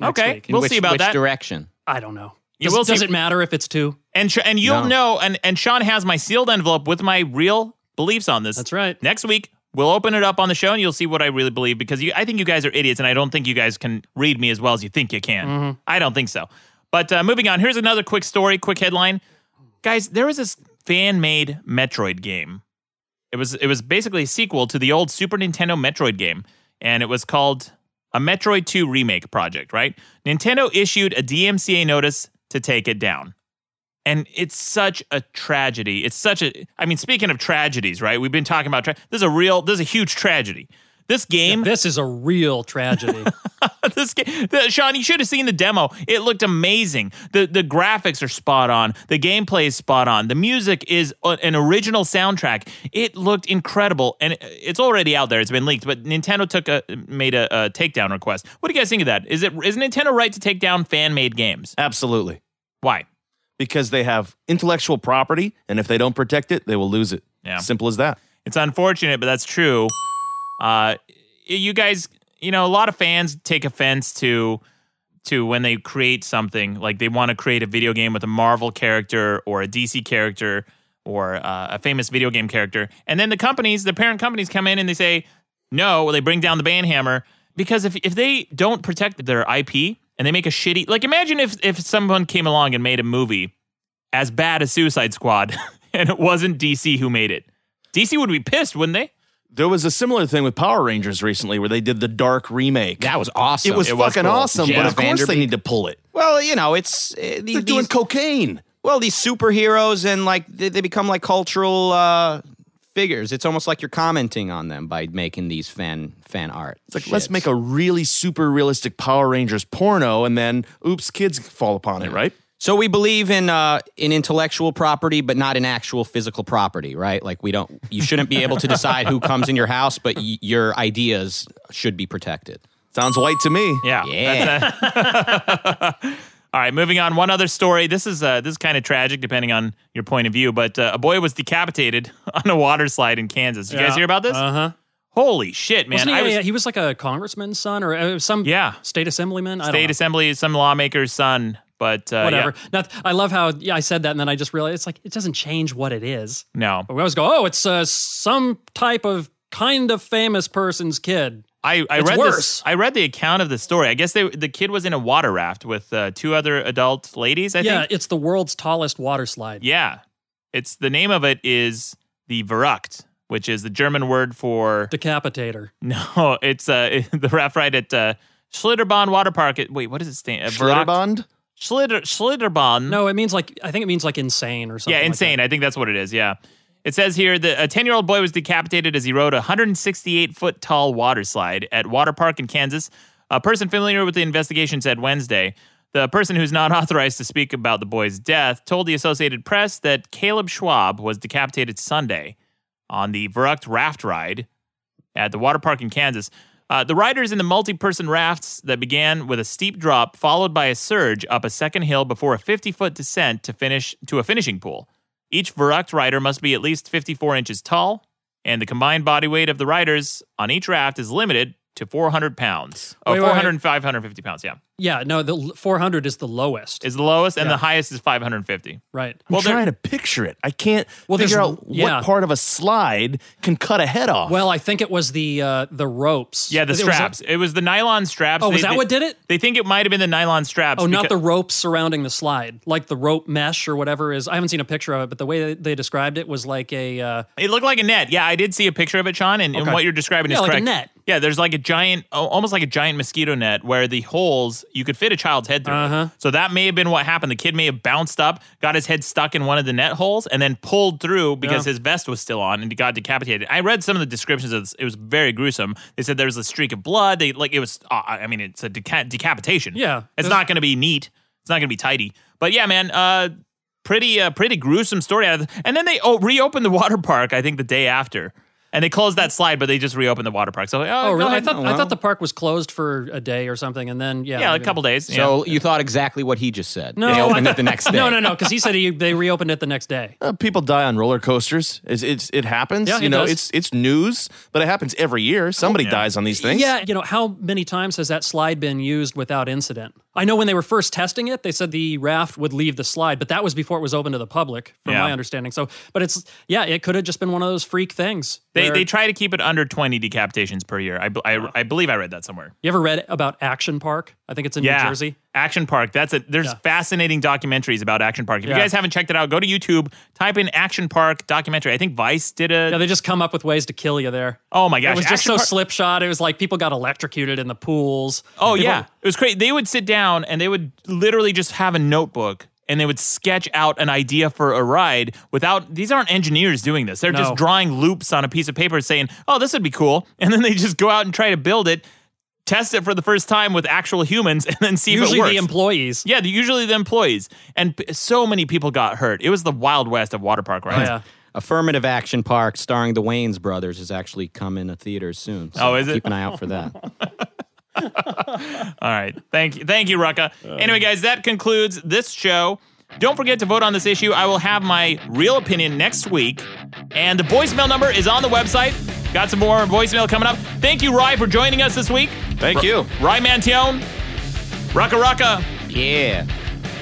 next Okay. week. In We'll which, see about which that. direction. I don't know. Yeah, Does, we'll does see. it matter if it's two? And Sh- and you'll No. know and and Sean has my sealed envelope with my real beliefs on this. That's right. Next week we'll open it up on the show and you'll see what I really believe because you, I think you guys are idiots and I don't think you guys can read me as well as you think you can. Mm-hmm. I don't think so. But uh, moving on, here's another quick story, quick headline, guys. There was this fan made Metroid game. It was it was basically a sequel to the old Super Nintendo Metroid game, and it was called a Metroid 2 remake project. Right? Nintendo issued a DMCA notice to take it down. And it's such a tragedy. It's such a. I mean, speaking of tragedies, right? We've been talking about. Tra- this is a real. This is a huge tragedy. This game. This is a real tragedy. this game, the, Sean, you should have seen the demo. It looked amazing. the The graphics are spot on. The gameplay is spot on. The music is a- an original soundtrack. It looked incredible, and it's already out there. It's been leaked, but Nintendo took a made a, a takedown request. What do you guys think of that? Is it is Nintendo right to take down fan made games? Absolutely. Why? Because they have intellectual property, and if they don't protect it, they will lose it. Yeah. Simple as that. It's unfortunate, but that's true. Uh, you guys, you know, a lot of fans take offense to to when they create something like they want to create a video game with a Marvel character or a DC character or uh, a famous video game character, and then the companies, the parent companies, come in and they say no, they bring down the ban hammer because if if they don't protect their IP and they make a shitty like imagine if if someone came along and made a movie as bad as Suicide Squad and it wasn't DC who made it. DC would be pissed, wouldn't they? There was a similar thing with Power Rangers recently where they did the dark remake. That was awesome. it was fucking cool. awesome, Jenna but of course they Vanderbeek. need to pull it. Well, you know, it's uh, the- They're doing these- cocaine. well these superheroes and like they, they become like cultural uh, figures. It's almost like you're commenting on them by making these fan fan art. It's Like, let's make a really super realistic Power Rangers porno, and then, oops, kids fall upon it, right? So we believe in uh, in intellectual property, but not in actual physical property, right? Like we don't. You shouldn't be able to decide who comes in your house, but y- your ideas should be protected. Sounds white to me. Yeah. Yeah. All right, moving on. One other story. This is uh, this is kind of tragic, depending on your point of view. But uh, a boy was decapitated on a water slide in Kansas. Did you guys hear about this? Uh huh. Holy shit, man! Wasn't he? I a- was he was like a congressman's son or uh, some Yeah. state assemblyman. I don't state know. assembly, some lawmaker's son, but uh, Whatever. yeah. Not, I love how yeah, I said that, and then I just realized it's like it doesn't change what it is. no. But we always go, "Oh, it's uh, some type of kind of famous person's kid." I, I It's read worse. this. I read the account of the story. I guess they, the kid was in a water raft with uh, two other adult ladies. I yeah, think. it's the world's tallest water slide. Yeah, it's the name of it is the Verucht, which is the German word for Decapitator. No, it's uh the raft ride at uh, Schlitterbahn Water Park. It, wait, what does it stand? uh, Verac- Schlitterband? Schlitter Schlitterbahn. No, it means like I think it means like insane or something. yeah, like that. insane. I think that's what it is. Yeah, It says here that a 10 year old boy was decapitated as he rode a 168 foot tall water slide at Water Park in Kansas. A person familiar with the investigation said Wednesday. The person who's not authorized to speak about the boy's death told the Associated Press that Caleb Schwab was decapitated Sunday on the Verrucht raft ride at the water park in Kansas. Uh, the riders in the multi person rafts that began with a steep drop, followed by a surge up a second hill before a 50 foot descent to finish to a finishing pool. Each Verrucht rider must be at least 54 inches tall, and the combined body weight of the riders on each raft is limited to 400 pounds. Oh, Wait, wait, wait. 400 and 550 pounds, yeah. Yeah, no, the l- 400 is the lowest, Is the lowest, and Yeah. the highest is 550. right? I'm Well, there- trying to picture it. I can't Well, there's figure l- out what yeah. part of a slide can cut a head off. Well, I think it was the uh, the ropes. Yeah, the It was a- straps. It was, the nylon straps. oh, was They- that they- what did it? They think it might have been the nylon straps. Oh, not because- the rope surrounding the slide, like the rope mesh or whatever is. I haven't seen a picture of it, but the way that they described it was like a uh, It looked like a net. Yeah, I did see a picture of it, Sean, and, and Okay. what you're describing yeah, is like correct. a net. Yeah, there's like a giant, al- almost like a giant mosquito net where the holes, you could fit a child's head through. it. Uh-huh. So that may have been what happened. The kid may have bounced up, got his head stuck in one of the net holes, and then pulled through because his vest was still on and he got decapitated. I read some of the descriptions of this. It was very gruesome. They said there was a streak of blood. They like it was, uh, I mean, it's a deca- decapitation. Yeah, It's There's- not going to be neat. It's not going to be tidy. But yeah, man, uh, pretty uh, pretty gruesome story. Out of and then they oh, reopened the water park. I think the day after, and they closed that slide, but they just reopened the water park. So oh, Oh, go really? I ahead. thought Oh, I well. thought the park was closed for a day or something, and then yeah, yeah, a maybe- couple days. yeah. So you thought exactly what he just said. No, they opened I- it the next day. No, no, no, because he said he, they reopened it the next day. Uh, people die on roller coasters. It's, it's it happens. Yeah, you it know, does. it's it's news, but it happens every year. Somebody yeah. dies on these things. Yeah, you know, how many times has that slide been used without incident? I know when they were first testing it, they said the raft would leave the slide, but that was before it was open to the public, from Yeah. my understanding. So, but it's, yeah, it could have just been one of those freak things. they where- they try to keep it under twenty decapitations per year. I bel- I, I believe I read that somewhere. you ever read about Action Park? I think it's in New Jersey. Action Park. That's it. There's Yeah. fascinating documentaries about Action Park. If Yeah. you guys haven't checked it out, go to YouTube, type in Action Park documentary. I think Vice did a. Yeah, they just come up with ways to kill you there. oh my gosh, it was just Action so Park- slipshod. It was like people got electrocuted in the pools. Oh People- yeah, it was crazy. They would sit down and they would literally just have a notebook and they would sketch out an idea for a ride without these aren't engineers doing this. They're just No. drawing loops on a piece of paper saying, "Oh, this would be cool." And then they just go out and try to build it, test it for the first time with actual humans and then see Usually if it the works. employees. yeah, the, usually the employees. And p- so many people got hurt. It was the wild west of water park rides. yeah. Affirmative Action Park, starring the Wayans brothers, is actually coming to theaters soon. So Oh, is it? Keep an eye out for that. All right. Thank you. Thank you, Rucka. Anyway, guys, that concludes this show. Don't forget to vote on this issue. I will have my real opinion next week. And the voicemail number is on the website. Got some more voicemail coming up. Thank you, Rye, for joining us this week. Thank you. Rye Mantione, Rucka Rucka, yeah.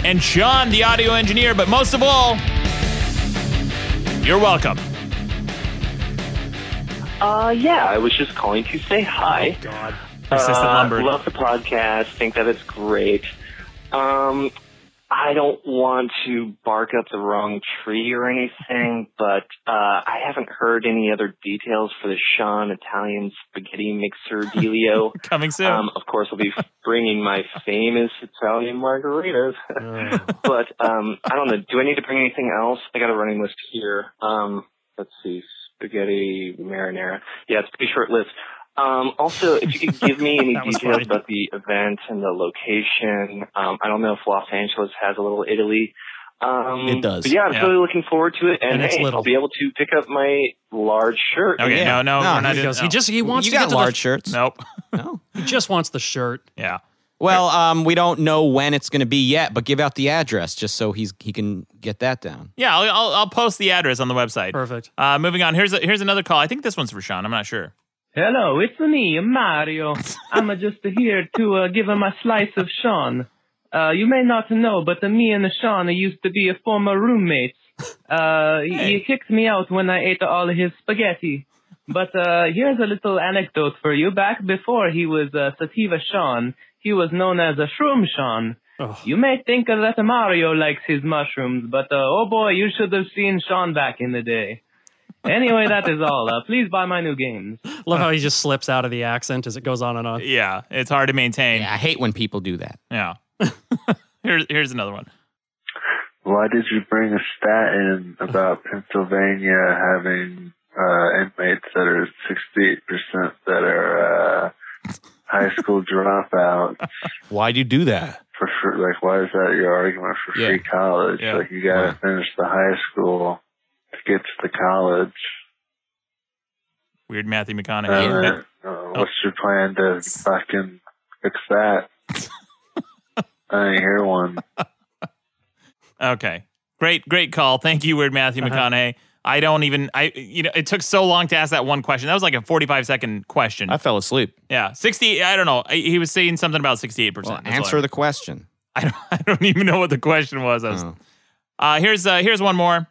and Sean, the audio engineer. But most of all, you're welcome. Uh, yeah, I was just calling to say hi. Oh, Persistent Uh, lumber. Love the podcast. Think that it's great. Um, I don't want to bark up the wrong tree or anything, but uh, I haven't heard any other details for the Sean Italian spaghetti mixer dealio. Coming soon. Um, of course, I'll be bringing my famous Italian margaritas. Oh. but um, I don't know. Do I need to bring anything else? I got a running list here. Um, let's see, spaghetti marinara. Yeah, it's a pretty short list. Um, also, if you could give me any That was details funny. about the event and the location. Um, I don't know if Los Angeles has a little Italy. Um, It does. But yeah, I'm Yeah. really looking forward to it, and, And it's hey, little. I'll be able to pick up my large shirt. okay, yeah. no, no, No, we're not he doing Because he no. just he wants you to got get to large the, shirts? Nope. No. he just wants the shirt. Yeah. Well, um, we don't know when it's going to be yet, but give out the address just so he's he can get that down. Yeah, I'll, I'll, I'll post the address on the website. Perfect. Uh, moving on. Here's a, here's another call. I think this one's for Sean. I'm not sure. Hello, it's me, Mario. I'm uh, just here to uh, give him a slice of Sean. Uh, you may not know, but uh, me and Sean used to be a former roommates. Uh, he- Hey. He kicked me out when I ate all his spaghetti. But uh, here's a little anecdote for you. Back before he was uh, Sativa Sean, he was known as a Shroom Sean. Ugh. You may think that Mario likes his mushrooms, but uh, oh boy, you should have seen Sean back in the day. Anyway, that is all. Uh, please buy my new games. Love how he just slips out of the accent as it goes on and on. Yeah, it's hard to maintain. Yeah, I hate when people do that. Yeah. here's here's another one. Why did you bring a stat in about Pennsylvania having uh, inmates that are 68% that are uh, high school dropouts? Why do you do that? For sure, like, why is that your argument for free college? Yeah. Like, you gotta finish the high school to get to the college. Weird Matthew McConaughey. Oh. Uh, uh, what's your plan to fucking fix that? I didn't hear one. Okay. Great, great call. Thank you, Weird Matthew McConaughey. I don't even I you know, it took so long to ask that one question. That was like a forty five second question. I fell asleep. yeah. Sixty I don't know. I- He was saying something about sixty eight percent. Answer the question. Oh. I don't even know what the question was. I was uh here's uh here's one more.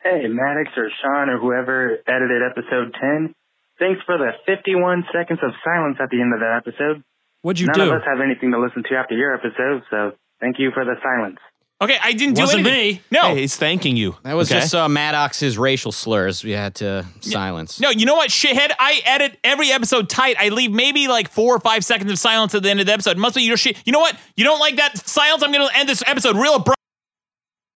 Hey, Maddox or Sean or whoever edited episode 10. Thanks for the 51 seconds of silence at the end of that episode. What'd you None do? of us have anything to listen to after your episode, so thank you for the silence. Okay, I didn't do Wasn't anything. me. No. Hey, he's thanking you. That was Okay. just uh, Maddox's racial slurs. We had to silence. No, you know what, shithead? I edit every episode tight. I leave maybe like four or five seconds of silence at the end of the episode. It must be your shit. You know what? You don't like that silence? I'm gonna end this episode real abrupt.